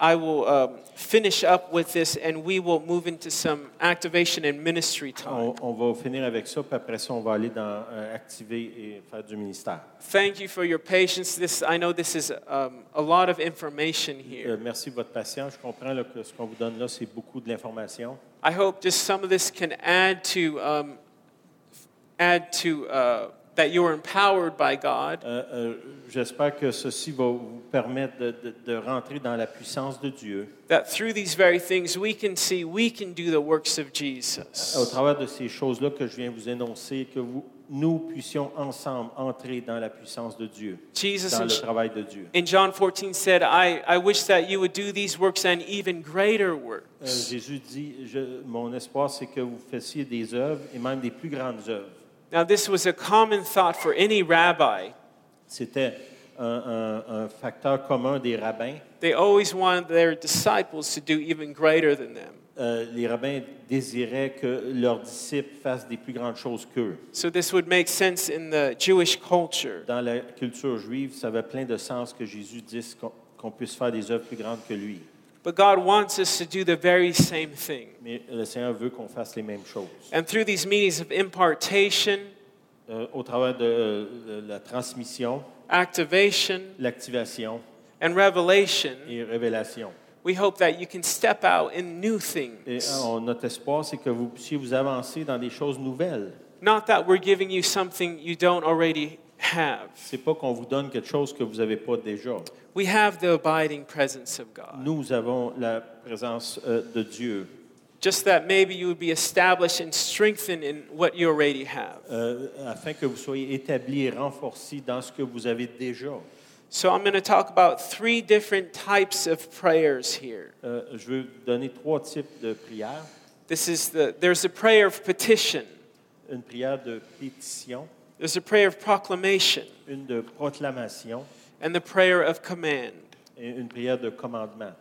I will um, finish up with this and we will move into some activation and ministry time. On, on va finir avec ça, puis après ça, on va aller dans euh, activer et faire du ministère. Thank you for your patience. This, I know this is um, a lot of information Euh, here. merci de votre patience. Je comprends là, que ce qu'on vous donne là, c'est beaucoup de l'information. I hope just some of this can add to, um, add to uh, that you are empowered by God Euh, euh, J'espère que ceci va vous permettre de, de- de rentrer dans la puissance de Dieu. that through these very things we can see we can do the works of Au Jesus. travers de ces choses-là que je viens vous énoncer, que vous- nous puissions ensemble entrer dans la puissance de Dieu, Jesus in, dans le travail de Dieu. in John 14 said, I, I wish that you would do these works and even greater Euh, works. Jésus dit, Je- mon espoir, c'est que vous fassiez des œuvres et même des plus grandes œuvres. Now, this was a common thought for any rabbi. C'était un, un- un facteur commun des rabbins. They always wanted their disciples to do even greater than them. Euh, les rabbins désiraient que leurs disciples fassent des plus grandes choses qu'eux. So, this would make sense in the Jewish culture. Dans la culture juive, ça avait plein de sens que Jésus dise qu'on qu'on puisse faire des œuvres plus grandes que lui. But God wants us to do the very same thing. Mais le Seigneur veut qu'on fasse les mêmes choses. And through these meetings of impartation, Euh, au travers de euh, la transmission, activation, l'activation and revelation, et révélation. we hope that you can step out in new Et things. euh, on- notre espoir, c'est que vous puissiez vous avancer dans des choses nouvelles. Not that we're giving you something you don't already have. C'est pas qu'on vous donne quelque chose que vous n'avez pas déjà. We have the abiding presence of God. Nous avons la présence euh, de Dieu. Just that maybe you would be established and strengthened in what you already have. euh, afin que vous soyez établis et renforcés dans ce que vous avez déjà. So I'm going to talk about three different types of prayers here. Euh, je veux vous donner trois types de prières. This is the there's a prayer of petition. Une prière de pétition, There's a prayer of proclamation une de proclamation and the prayer of command. et une prière de commandement.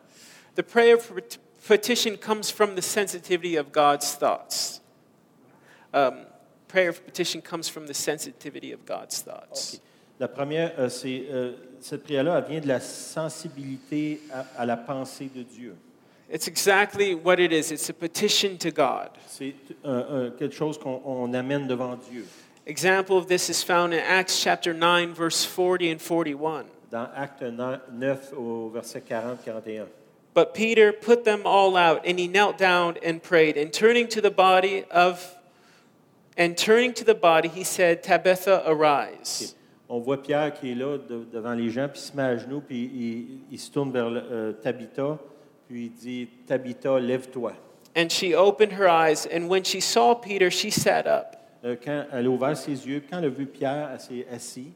The prayer of pet- petition comes from the sensitivity of God's thoughts. Um, prayer of petition comes from the sensitivity of God's thoughts. Ok. La première, euh, c'est euh, cette prière-là, elle vient de la sensibilité à, à la pensée de Dieu. It's exactly what it is. It's a petition to God. C'est euh, euh, quelque chose qu'on on amène devant Dieu. Example of this is found in Acts chapter 9 verse 40 and 41. Dans Acte 9, au verset 40-41. But Peter put them all out, and he knelt down and prayed. And turning to the body of, and turning to the body, he said, "Tabitha, arise." On voit Pierre qui est là de- devant les gens, puis il se met à genoux, puis il, il se tourne vers le- euh, Tabitha, puis il dit Tabitha, lève-toi. And she opened her eyes, and when she saw Peter, she sat up. Euh, quand elle a ouvert ses yeux, puis quand elle a vu Pierre, elle s'est assise.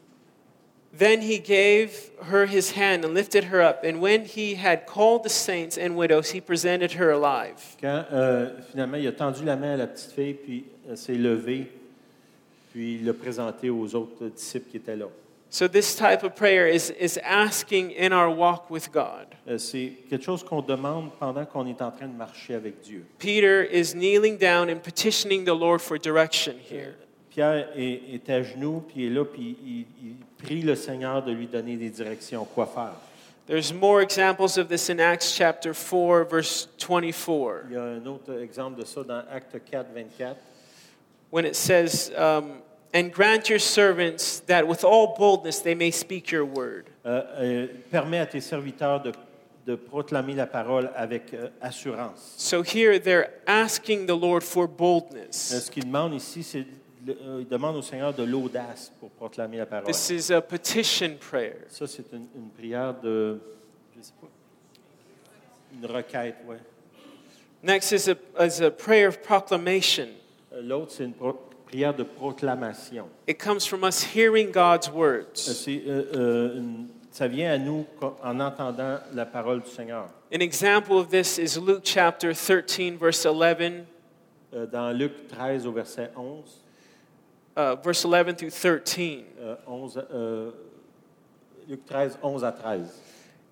Then he gave her his hand and lifted her up. And when he had called the saints and widows, he presented her alive. Quand euh, finalement il a tendu la main à la petite fille, puis elle s'est levée, puis il l'a présentée aux autres disciples qui étaient là. So this type of prayer is, is asking in our walk with God. Euh, C'est quelque chose qu'on demande pendant qu'on est en train de marcher avec Dieu. Peter is kneeling down and petitioning the Lord for direction here. Pierre est, est à genoux, puis il est là, puis il- il prie le Seigneur de lui donner des directions, quoi faire. There's more examples of this in Acts chapter 4, verse Il 24, y a un autre exemple de ça dans Acte 4, 24. when it says, um, And grant your servants that with all boldness they may speak your word. Euh, euh, permet à tes serviteurs de, de proclamer la parole avec euh, assurance. So here they're asking the Lord for Euh, boldness. ce qu'il demande ici, c'est le- euh, il demande au Seigneur de l'audace pour proclamer la parole. This is a petition prayer. Ça, c'est une, une prière de, je sais pas, une requête, ouais. Next is a, is a prayer of proclamation. Euh, L'autre, c'est une pro- prière de proclamation. It comes from us hearing God's Euh, words. c'est, euh, euh, une- ça vient à nous co- en entendant la parole du Seigneur. An example of this is Luke chapter 13, verse 11. Euh, dans Luc 13 au verset 11. uh, verse 11 through 13. euh, 11, euh, Luc 13, 11 à 13.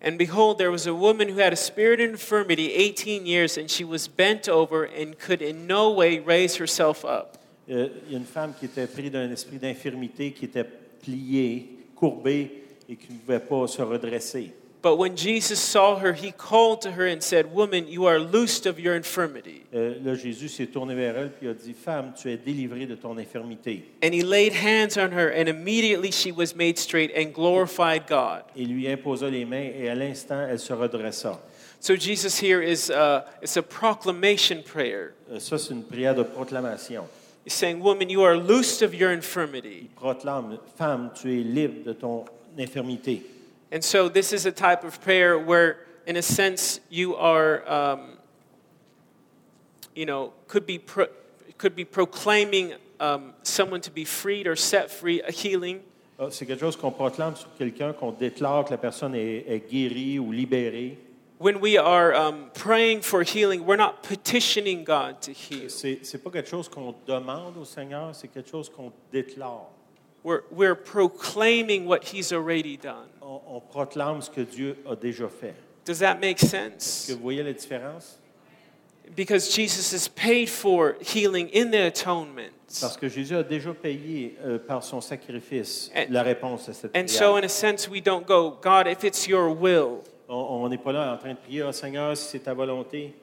And behold, there was a woman who had a spirit of infirmity 18 years, and she was bent over and could in no way raise herself up. Euh, Il y a une femme qui était prise d'un esprit d'infirmité, qui était pliée, courbée et qui ne pouvait pas se redresser. But when Jesus saw her, he called to her and said, Woman, you are loosed of your infirmity. Euh, là, Jésus s'est tourné vers elle et a dit, Femme, tu es délivrée de ton infirmité. And he laid hands on her, and immediately she was made straight and glorified God. Et lui imposa les mains et à l'instant, elle se redressa. So Jesus here is uh, it's a proclamation prayer. Euh, ça, c'est une prière de proclamation. He's saying, Woman, you are loosed of your infirmity. Il proclame, Femme, tu es libre de ton infirmité. And so this is a type of prayer where, in a sense, you are, um, you know, could be, pro- could be proclaiming um, someone to be freed or set free, a healing. Ah, C'est quelque chose qu'on proclame sur quelqu'un, qu'on déclare que la personne est, est guérie ou libérée. When we are um, praying for healing, we're not petitioning God to heal. C'est c'est pas quelque chose qu'on demande au Seigneur, c'est quelque chose qu'on déclare. We're, we're proclaiming what He's already done. On, on proclame ce que Dieu a déjà fait. Does that make Est-ce que sense? vous voyez la différence? Because Jesus has paid for healing in the atonement. Parce que Jésus a déjà payé euh, par son sacrifice And- la réponse à cette And prière. so, in a sense, we don't go, God, if it's your will, On- on n'est pas là en train de prier, Ah, Seigneur, si c'est ta volonté,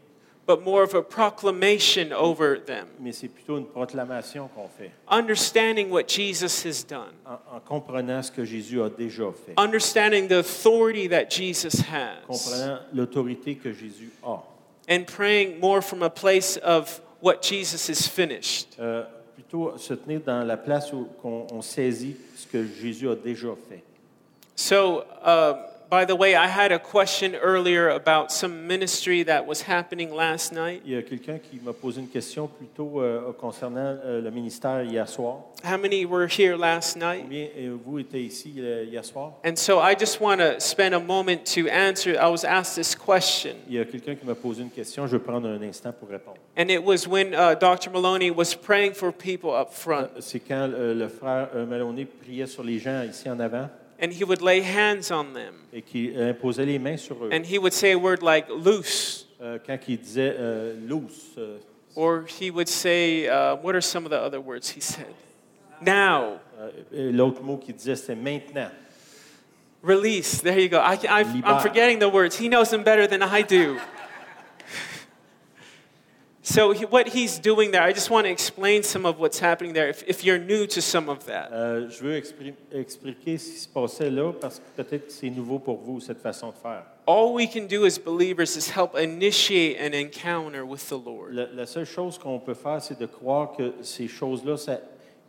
but more of a proclamation over them, mais c'est plutôt une proclamation qu'on fait, understanding what Jesus has done, en, en comprenant ce que Jésus a déjà fait, understanding the authority that Jesus has, comprenant l'autorité que Jésus a, and praying more from a place of what Jesus has finished. Euh, plutôt se tenir dans la place où qu'on- on saisit ce que Jésus a déjà fait. So, uh, by the way, I had a question earlier about some ministry that was happening last night. Il y a quelqu'un qui m'a posé une question plutôt euh, concernant euh, le ministère hier soir. How many were here last night? Combien euh, vous étiez ici euh, hier soir? And so I just want to spend a moment to answer. I was asked this question. Il y a quelqu'un qui m'a posé une question. Je vais prendre un instant pour répondre. And it was when uh, Dr. Maloney was praying for people up front, C'est quand euh, le frère euh, Maloney priait sur les gens ici en avant and he would lay hands on them, et qui euh, imposait les mains sur eux. and he would say a word like loose, Euh, quand il disait euh, loose, euh, or he would say, uh, what are some of the other words he said? Now, euh, et l'autre mot qu'il disait, c'était maintenant. release. There you go. I, I, I'm Libar. forgetting the words. He knows them better than I do. so, he, what he's doing there, I just want to explain some of what's happening there if, if you're new to some of that. Euh, je veux expri- expliquer ce qui se passait là parce que peut-être que c'est nouveau pour vous, cette façon de faire. All we can do as believers is help initiate an encounter with the Lord. La, la seule chose qu'on peut faire, c'est de croire que ces choses-là, ça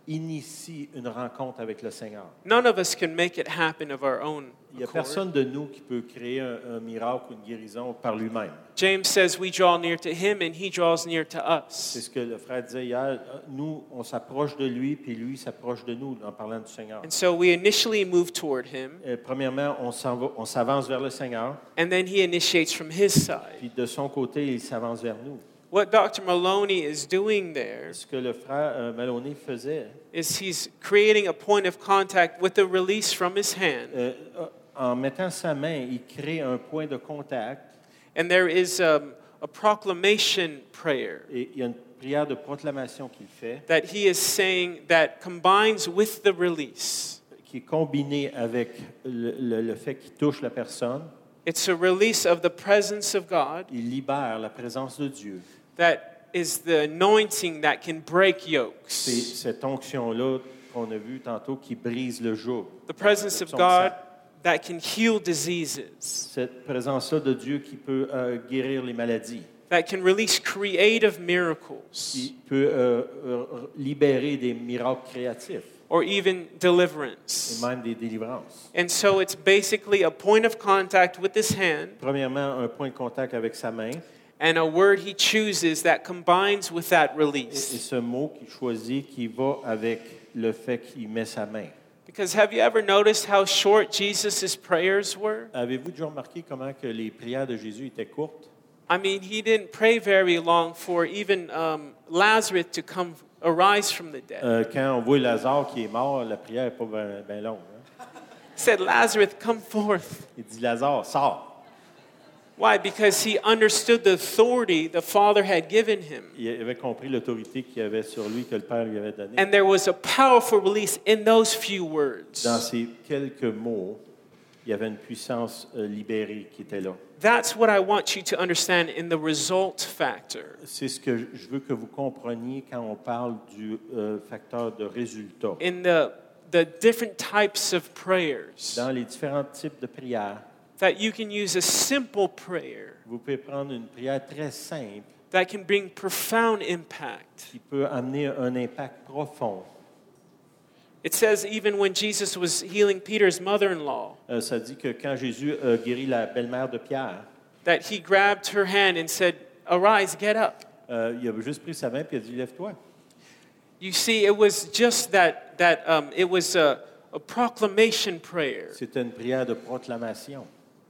initie une rencontre avec le Seigneur. None of us can make it happen of our own Il n'y a accord. personne de nous qui peut créer un, un miracle ou une guérison par lui-même. James says we draw near to him and he draws near to C'est us. ce que le frère disait hier. Nous, on s'approche de lui, puis lui s'approche de nous en parlant du Seigneur. And so we initially move toward him Euh, premièrement, on s'en va- on s'avance vers le Seigneur, and then he initiates from his side. puis de son côté, il s'avance vers nous. What Dr. Maloney is doing there Ce que le frère euh, Maloney faisait, is he's creating a point of contact with a release from his hand. euh, euh, en mettant sa main, il crée un point de contact And there is um, a proclamation prayer et il y a une prière de proclamation qu'il fait. that he is saying that combines with the release. qui est combiné avec le, le- le fait qu'il touche la personne, It's a release of the presence of God. il libère la présence de Dieu. That is the anointing that can break C'est yokes. cette onction-là qu'on a vue tantôt qui brise le joug. The presence of God that can heal diseases, Cette présence-là de Dieu qui peut euh, guérir les maladies, that can release creative miracles qui peut euh, euh, libérer des miracles créatifs or even et deliverance. même des délivrances. And so it's basically a point of contact with his hand Premièrement, un point de contact avec sa main. and a word he chooses that combines with that Et, et release. ce mot qu'il choisit qui va avec le fait qu'il met sa main. Because have you ever noticed how short Jesus' prayers were? Avez-vous déjà remarqué comment que les prières de Jésus étaient courtes? I mean, he didn't pray very long for even um, Lazarus to come arise from the dead. Euh, quand on voit Lazare qui est mort, la prière n'est pas bien longue. hein. He said, Lazarus, come forth. Il dit Lazare, sors. Why? Because he understood the authority the Father had given him. Il avait compris l'autorité qu'il y avait sur lui, que le Père lui avait donnée. And there was a powerful release in those few words. Dans ces quelques mots, il y avait une puissance euh, libérée qui était là. That's what I want you to understand in the result factor. C'est ce que je veux que vous compreniez quand on parle du euh, facteur de résultat. In the, the different types of prayers, Dans les différents types de prières, that you can use a simple prayer vous pouvez prendre une prière très simple that can bring profound impact. qui peut amener un impact profond. It says, even when Jesus was healing Peter's mother in law, Euh, ça dit que quand Jésus euh, guérit la belle-mère de Pierre, that he grabbed her hand and said, Arise, get up. euh, il a juste pris sa main et il a dit Lève-toi. You see, it was just that, that um, it was a, a proclamation prayer. C'était une prière de proclamation.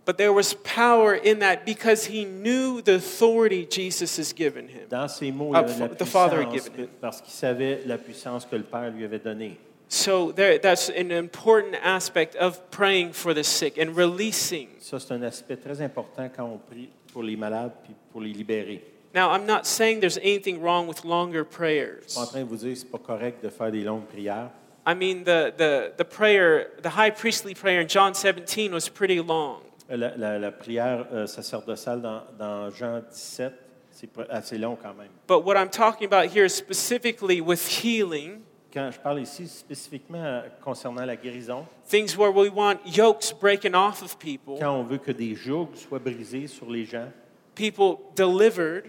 But there was power in that because he knew the authority Jesus has given him. Dans ces mots, il y avait Uh, la the Father had puissance given him. que- parce qu'il savait la puissance que le Père lui avait donnée. So there, that's an important aspect of praying for the sick and releasing. Ça, c'est un aspect très important quand on prie pour les malades puis pour les libérer. Now, I'm not saying there's anything wrong with longer Je suis pas en prayers. train de vous dire que ce pas correct de faire des longues prières. I mean, the, the, the prayer, the high priestly prayer in John 17 was pretty long. Euh, La, la- la prière euh, sacerdotale dans, dans Jean 17, c'est pr- assez long quand même. But what I'm talking about here is specifically with healing, Quand je parle ici spécifiquement euh, concernant la guérison, things where we want yokes breaking off of people, quand on veut que des jougs soient brisés sur les gens, people delivered,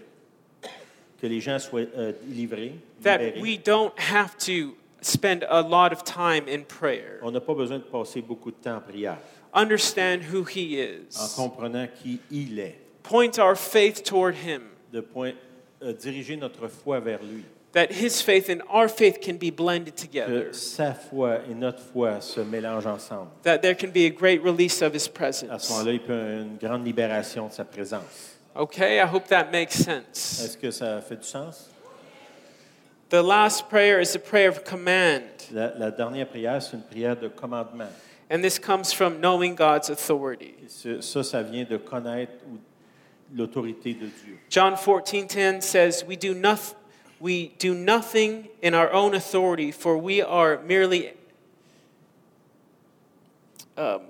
que les gens soient euh, délivrés, that libérés, we don't have to spend a lot of time in prayer. on n'a pas besoin de passer beaucoup de temps en prière, Understand who He en is, comprenant qui il est, point our faith toward Him, de point, euh, diriger notre foi vers lui. that His faith and our faith can be blended together, Que sa foi et notre foi se mélangent ensemble. that there can be a great release of His À ce presence. moment-là, il peut y avoir une grande libération de sa présence. Okay, I hope that makes sense. Est-ce que ça fait du sens? The last prayer is a prayer of command. La, la dernière prière, c'est une prière de commandement. And this comes from knowing God's authority. Et ce- Ça, ça vient de connaître ou- l'autorité de Dieu. John 14:10 says, "We do nothing we do nothing in our own authority, for we are merely um,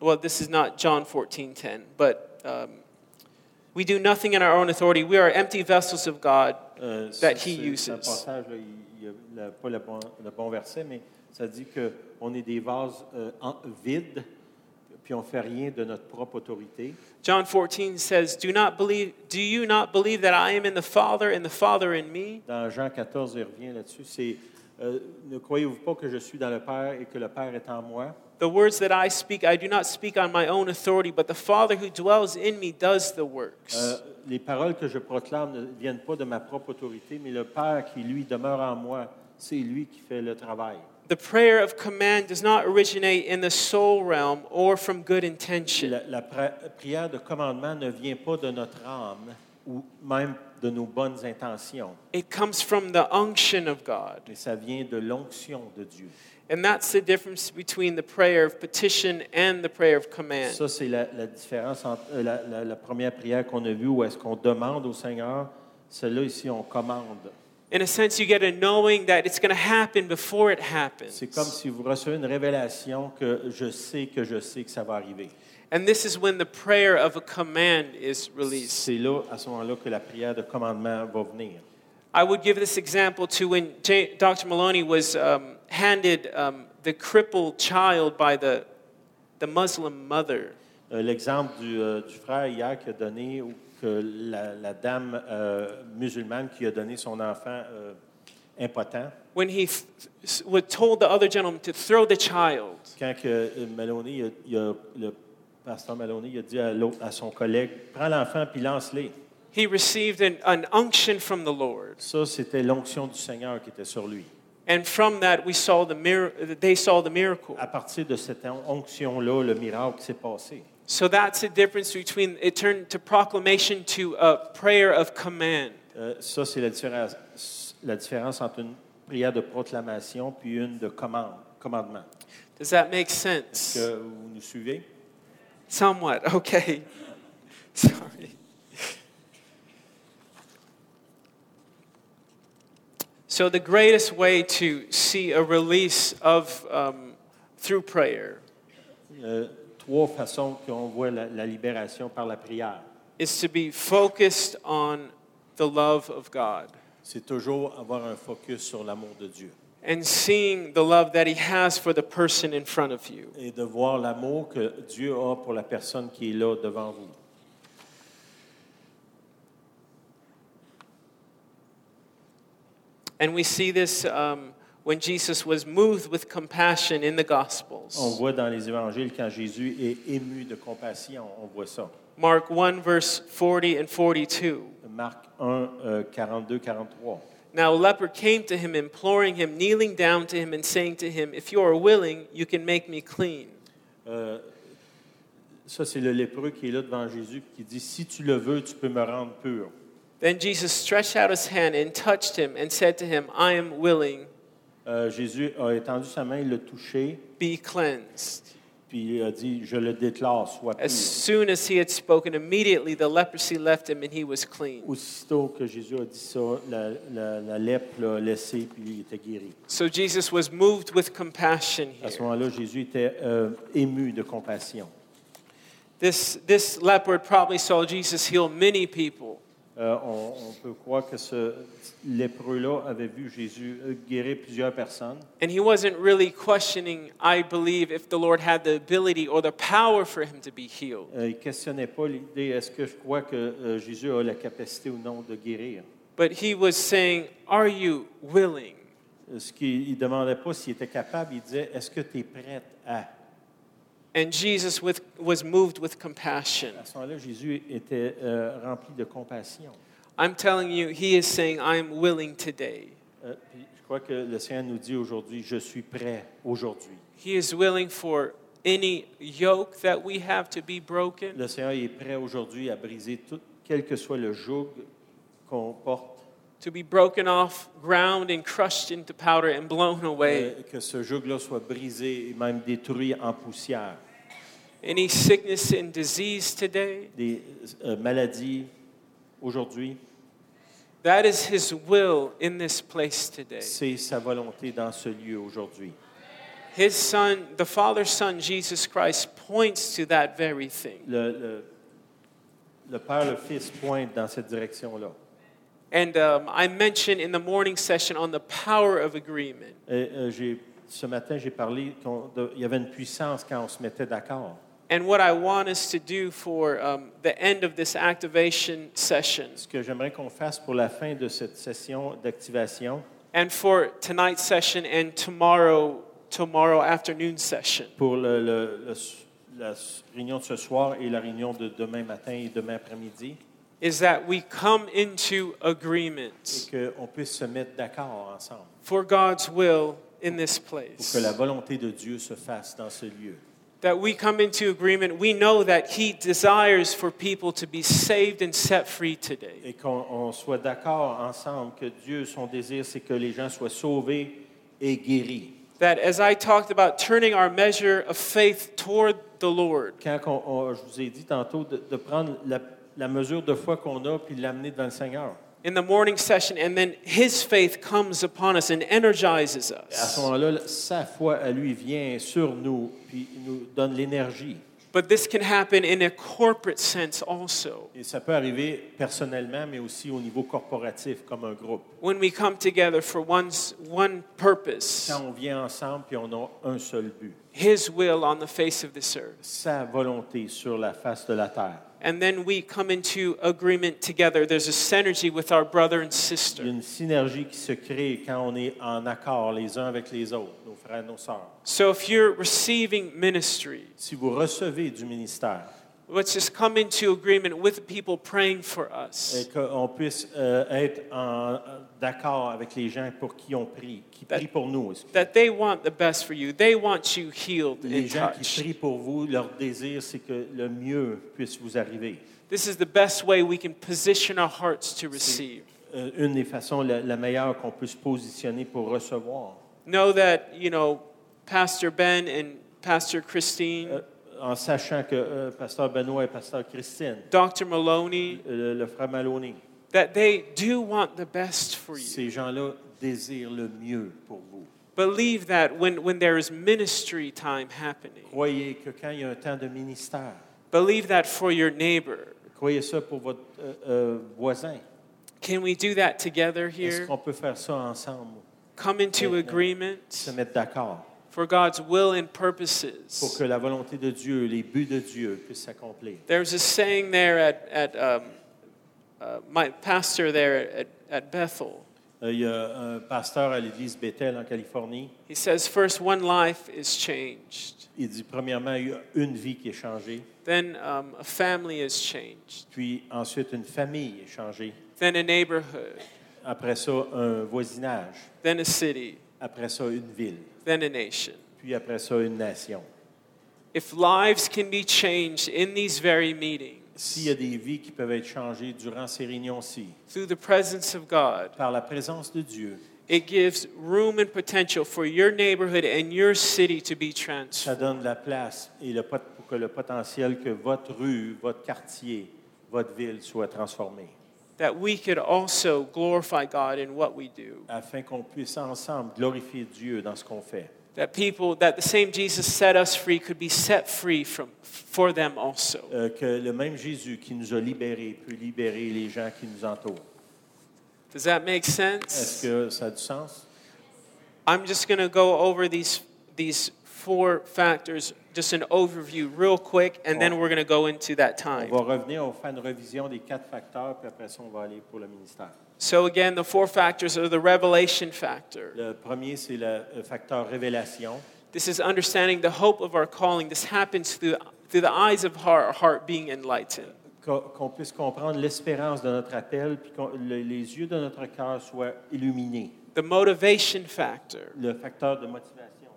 well, this is not John 14:10, but um, we do nothing in our own authority. We are empty vessels of God. Euh, That c'est- he c'est un uses. passage, là, il n'y a la- pas le bon, le bon verset, mais ça dit qu'on est des vases euh, en- vides, puis on ne fait rien de notre propre autorité. John 14 says, "Do not believe do you not believe that I am in the Father and the Father in me? Dans Jean 14, il revient là-dessus, c'est euh, Ne croyez-vous pas que je suis dans le Père et que le Père est en moi? The words that I speak, I do not speak on my own authority, but the Father who dwells in me does the works." Euh, les paroles que je proclame ne viennent pas de ma propre autorité, mais le Père qui, lui, demeure en moi, c'est lui qui fait le travail. The prayer of command does not originate in the soul realm or from good intention. La, la pra- prière de commandement ne vient pas de notre âme ou même de nos bonnes intentions, It comes from the unction of God. mais ça vient de l'onction de Dieu. And that's the difference between the prayer of petition and the prayer of command. Ça, c'est la, la différence entre euh, la, la- la première prière qu'on a vue où est-ce qu'on demande au Seigneur. Celle-là, ici, on commande. In a sense, you get a knowing that it's going to happen before it happens. C'est comme si vous recevez une révélation que je sais, que je sais que ça va arriver. And this is when the prayer of a command is released. C'est là, à ce moment-là, que la prière de commandement va venir. I would give this example to when J- Dr. Maloney was um, handed um, the crippled child by the, the Muslim mother. Euh, L'exemple du, euh, du frère hier qui a donné, ou que la, la dame euh, musulmane qui a donné son enfant euh, impotent, when he th- th- was told the other gentleman to throw the child. quand que euh, Maloney, il a- il a- le pasteur Maloney il a dit à, l'autre- à son collègue, prends l'enfant puis lance-les. He received an, an unction from the Lord. Ça, c'était l'onction du Seigneur qui était sur lui. And from that, we saw the mir- they saw the miracle. À partir de cette onction-là, le miracle s'est passé. So that's the difference between it turned to proclamation to a prayer of command. Euh, ça, c'est la différence, la différence entre une prière de proclamation puis une de commande, commandement. Does that make sense? Que vous nous suivez? Somewhat. Okay. Sorry. So, the greatest way to see a release of um, through prayer Euh, trois façons qu'on voit la, la libération par la prière. is to be focused on the love of God C'est toujours avoir un focus sur l'amour de Dieu and seeing the love that He has for the person in front of you. et de voir l'amour que Dieu a pour la personne qui est là devant vous. And we see this um, when Jesus was moved with compassion in the On Gospels. voit dans les évangiles quand Jésus est ému de compassion, on voit ça. Mark 1, verse 40 and 42. Marc 1, euh, 42, 43. Now a leper came to him, imploring him, kneeling down to him, and saying to him, If you are willing, you can make me clean. Euh, ça, c'est le lépreux qui est là devant Jésus et qui dit Si tu le veux, tu peux me rendre pur. Then Jesus stretched out his hand and touched him and said to him, I am willing, Euh, Jésus a étendu sa main, il l'a touché, be cleansed. puis il a dit Je le déclare, sois pur. As soon as he had spoken, immediately the leprosy left him and he was clean. Aussitôt que Jésus a dit ça, la, la- la lèpre l'a laissé, puis il était guéri. So Jesus was moved with compassion À ce here. moment-là, Jésus était euh, ému de compassion. This, this leper probably saw Jesus heal many people, Euh, on, on peut croire que ce lépreux-là avait vu Jésus euh, guérir plusieurs personnes. and he wasn't really questioning, I believe, if the Lord had the ability or the power for him to be healed. Euh, il ne questionnait pas l'idée est-ce que je crois que euh, Jésus a la capacité ou non de guérir. But he was saying, Are you willing? Euh, Ce qu'il ne demandait pas s'il était capable, il disait est-ce que tu es prête à. And Jesus with, was moved with compassion. À ce moment-là, Jésus était euh, rempli de compassion. I'm telling you, he is saying, I am willing today. Euh, puis je crois que le Seigneur nous dit aujourd'hui je suis prêt aujourd'hui. He is willing for any yoke that we have to be broken. Le Seigneur est prêt aujourd'hui à briser tout, quel que soit le joug qu'on porte, to be broken off, ground, and crushed into powder and blown away. euh, que ce joug-là soit brisé et même détruit en poussière. Any sickness and disease today, Des euh, maladies aujourd'hui, that is His will in this place today. c'est sa volonté dans ce lieu aujourd'hui. His Son, the Father's Son, Jesus Christ, points to that very thing. Le, le- le Père, le Fils pointent dans cette direction-là. And um, I mentioned in the morning session on the power of agreement. Et, euh, j'ai- ce matin, j'ai parlé qu'on- de- il y avait une puissance quand on se mettait d'accord. And what I want us to do for um, the end of this activation session Ce que j'aimerais qu'on fasse pour la fin de cette session d'activation, and for tonight's session and tomorrow, tomorrow afternoon session. pour le- le- le- la s- réunion de ce soir et la réunion de demain matin et demain après-midi, is that we come into et agreement qu'on puisse se mettre d'accord ensemble for God's will in this pour place. que la volonté de Dieu se fasse dans ce lieu. That we come into agreement. We know that He desires for people to be saved and set free today. Et qu'on on soit d'accord ensemble que Dieu, son désir, c'est que les gens soient sauvés et guéris. That as I talked about turning our measure of faith toward the Lord, Quand qu'on- on- je vous ai dit tantôt de, de prendre la, la mesure de foi qu'on a puis de l'amener devant le Seigneur. in the morning session, and then His faith comes upon us and energizes À us. ce moment-là, sa foi à lui vient sur nous puis il nous donne l'énergie. But this can happen in a corporate sense also. Et ça peut arriver personnellement, mais aussi au niveau corporatif, comme un groupe. When we come together for one's, one purpose, Quand on vient ensemble, puis on a un seul but, His will on the face of this earth. sa volonté sur la face de la terre. And then we come into agreement together. There's a synergy with our brother and Il y a sister. une synergie qui se crée quand on est en accord les uns avec les autres, nos frères, nos sœurs. So if you're receiving ministry, Si vous recevez du ministère, let's just come into agreement with people praying for et us. qu'on puisse euh, être en- d'accord avec les gens pour qui on prie, qui That- prient pour nous. excusez. That they want the best for you. They want you healed Les and gens qui touched. prient pour vous, leur désir, c'est que le mieux puisse vous arriver. This is the best way we can position our hearts to receive. euh, une des façons la, la meilleure qu'on peut se positionner pour recevoir. Know that, you know, Pastor Ben and Pastor Christine, Euh, en sachant que euh, pasteur Benoît et pasteur Christine, Dr. Maloney, euh, le, frère Maloney, that they do want the best for you. ces gens-là désirent le mieux pour vous. Believe that when, when there is ministry time happening, Croyez que quand il y a un temps de ministère, believe that for your neighbor. croyez ça pour votre euh, euh, voisin. Can we do that together Est-ce here? qu'on peut faire ça ensemble, Come into Amen. agreement se mettre d'accord for God's will and pour purposes. que la volonté de Dieu, les buts de Dieu puissent s'accomplir? There's a saying there at, at um, uh, my pastor there at, at Bethel. Euh, il y a un pasteur à l'église Bethel en Californie. He says, first, one life is changed, Il dit premièrement, il y a une vie qui est changée, then um, a family is changed, puis ensuite une famille est changée, then a neighborhood, après ça un voisinage, then a city, après ça une ville, then a nation. puis après ça une nation. If lives can be changed in these very meetings S'il y a des vies qui peuvent être changées durant ces réunions-ci, through the presence of God, par la présence de Dieu, It gives room and potential for your neighborhood and your city to be ça transformed. donne la place et le pot- pour que le potentiel que votre rue, votre quartier, votre ville soit transformée, That we could also glorify God in what we do. afin qu'on puisse ensemble glorifier Dieu dans ce qu'on fait. That people, that the same Jesus set us free could be set free from, for them also. Euh, que le même Jésus qui nous a libérés peut libérer les gens qui nous entourent. Does that make Est-ce sense? que ça a du sens? I'm just going to go over these, these four factors, just an overview real quick, and then we're going to go into that On time. va revenir, on va faire une revision des quatre facteurs, puis après ça, on va aller pour le ministère. So, again, the four factors are the revelation factor. Le premier, c'est le euh, facteur révélation. This is understanding the hope of our calling. This happens through, through the eyes of our our heart being enlightened. Qu'on qu'on puisse comprendre l'espérance de notre appel, puis que les yeux de notre cœur soient illuminés. The motivation factor, Le facteur de motivation,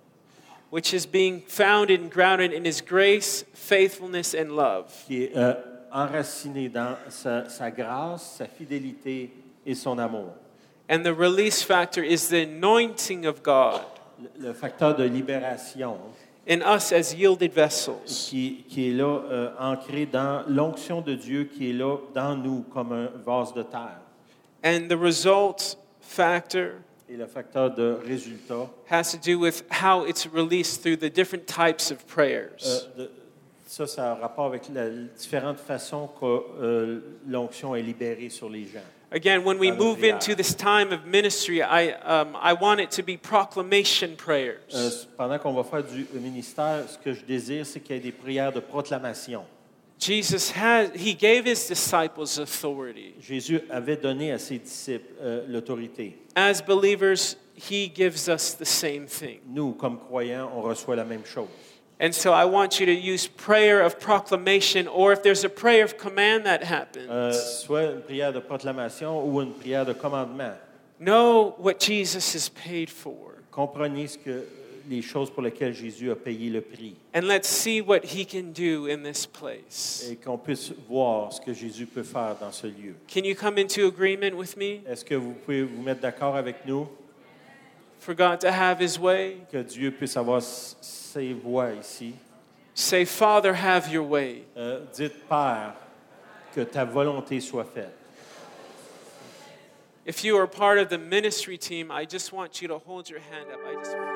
which is being founded and grounded in His grace, faithfulness, and love. qui est euh, enraciné dans sa, sa grâce, sa fidélité et son amour. And the release factor is the anointing of God Le- le facteur de libération, in us as yielded vessels. qui, qui est là, euh, ancré dans l'onction de Dieu qui est là dans nous comme un vase de terre. And the result factor Et le facteur de résultat, has to do with how it's released through the different types of euh, prayers. de- ça, ça a rapport avec la différentes façons que euh, l'onction est libérée sur les gens. Again, when we Father, move yeah. into this time of ministry, I, um, I want it to be proclamation prayers. Euh, pendant qu'on va faire du ministère, ce que je désire, c'est qu'il y ait des prières de proclamation. Jesus has he gave his disciples authority. Jésus avait donné à ses disciples euh, l'autorité. As believers, he gives us the same thing. Nous, comme croyants, on reçoit la même chose. And so I want you to use prayer of proclamation or if there's a prayer of command that happens, Euh, soit une prière de proclamation ou une prière de commandement. know what Jesus is paid for Comprenez ce que les choses pour lesquelles Jésus a payé le prix and let's see what he can do in this place. et qu'on puisse voir ce que Jésus peut faire dans ce lieu. Can you come into agreement with me Est-ce que vous pouvez vous mettre d'accord avec nous for God to have his way? que Dieu puisse avoir s- ses voix ici? Say, Father, have your way. Euh, dites, Père, que ta volonté soit faite. If you are part of the ministry team, I just want you to hold your hand up. I just want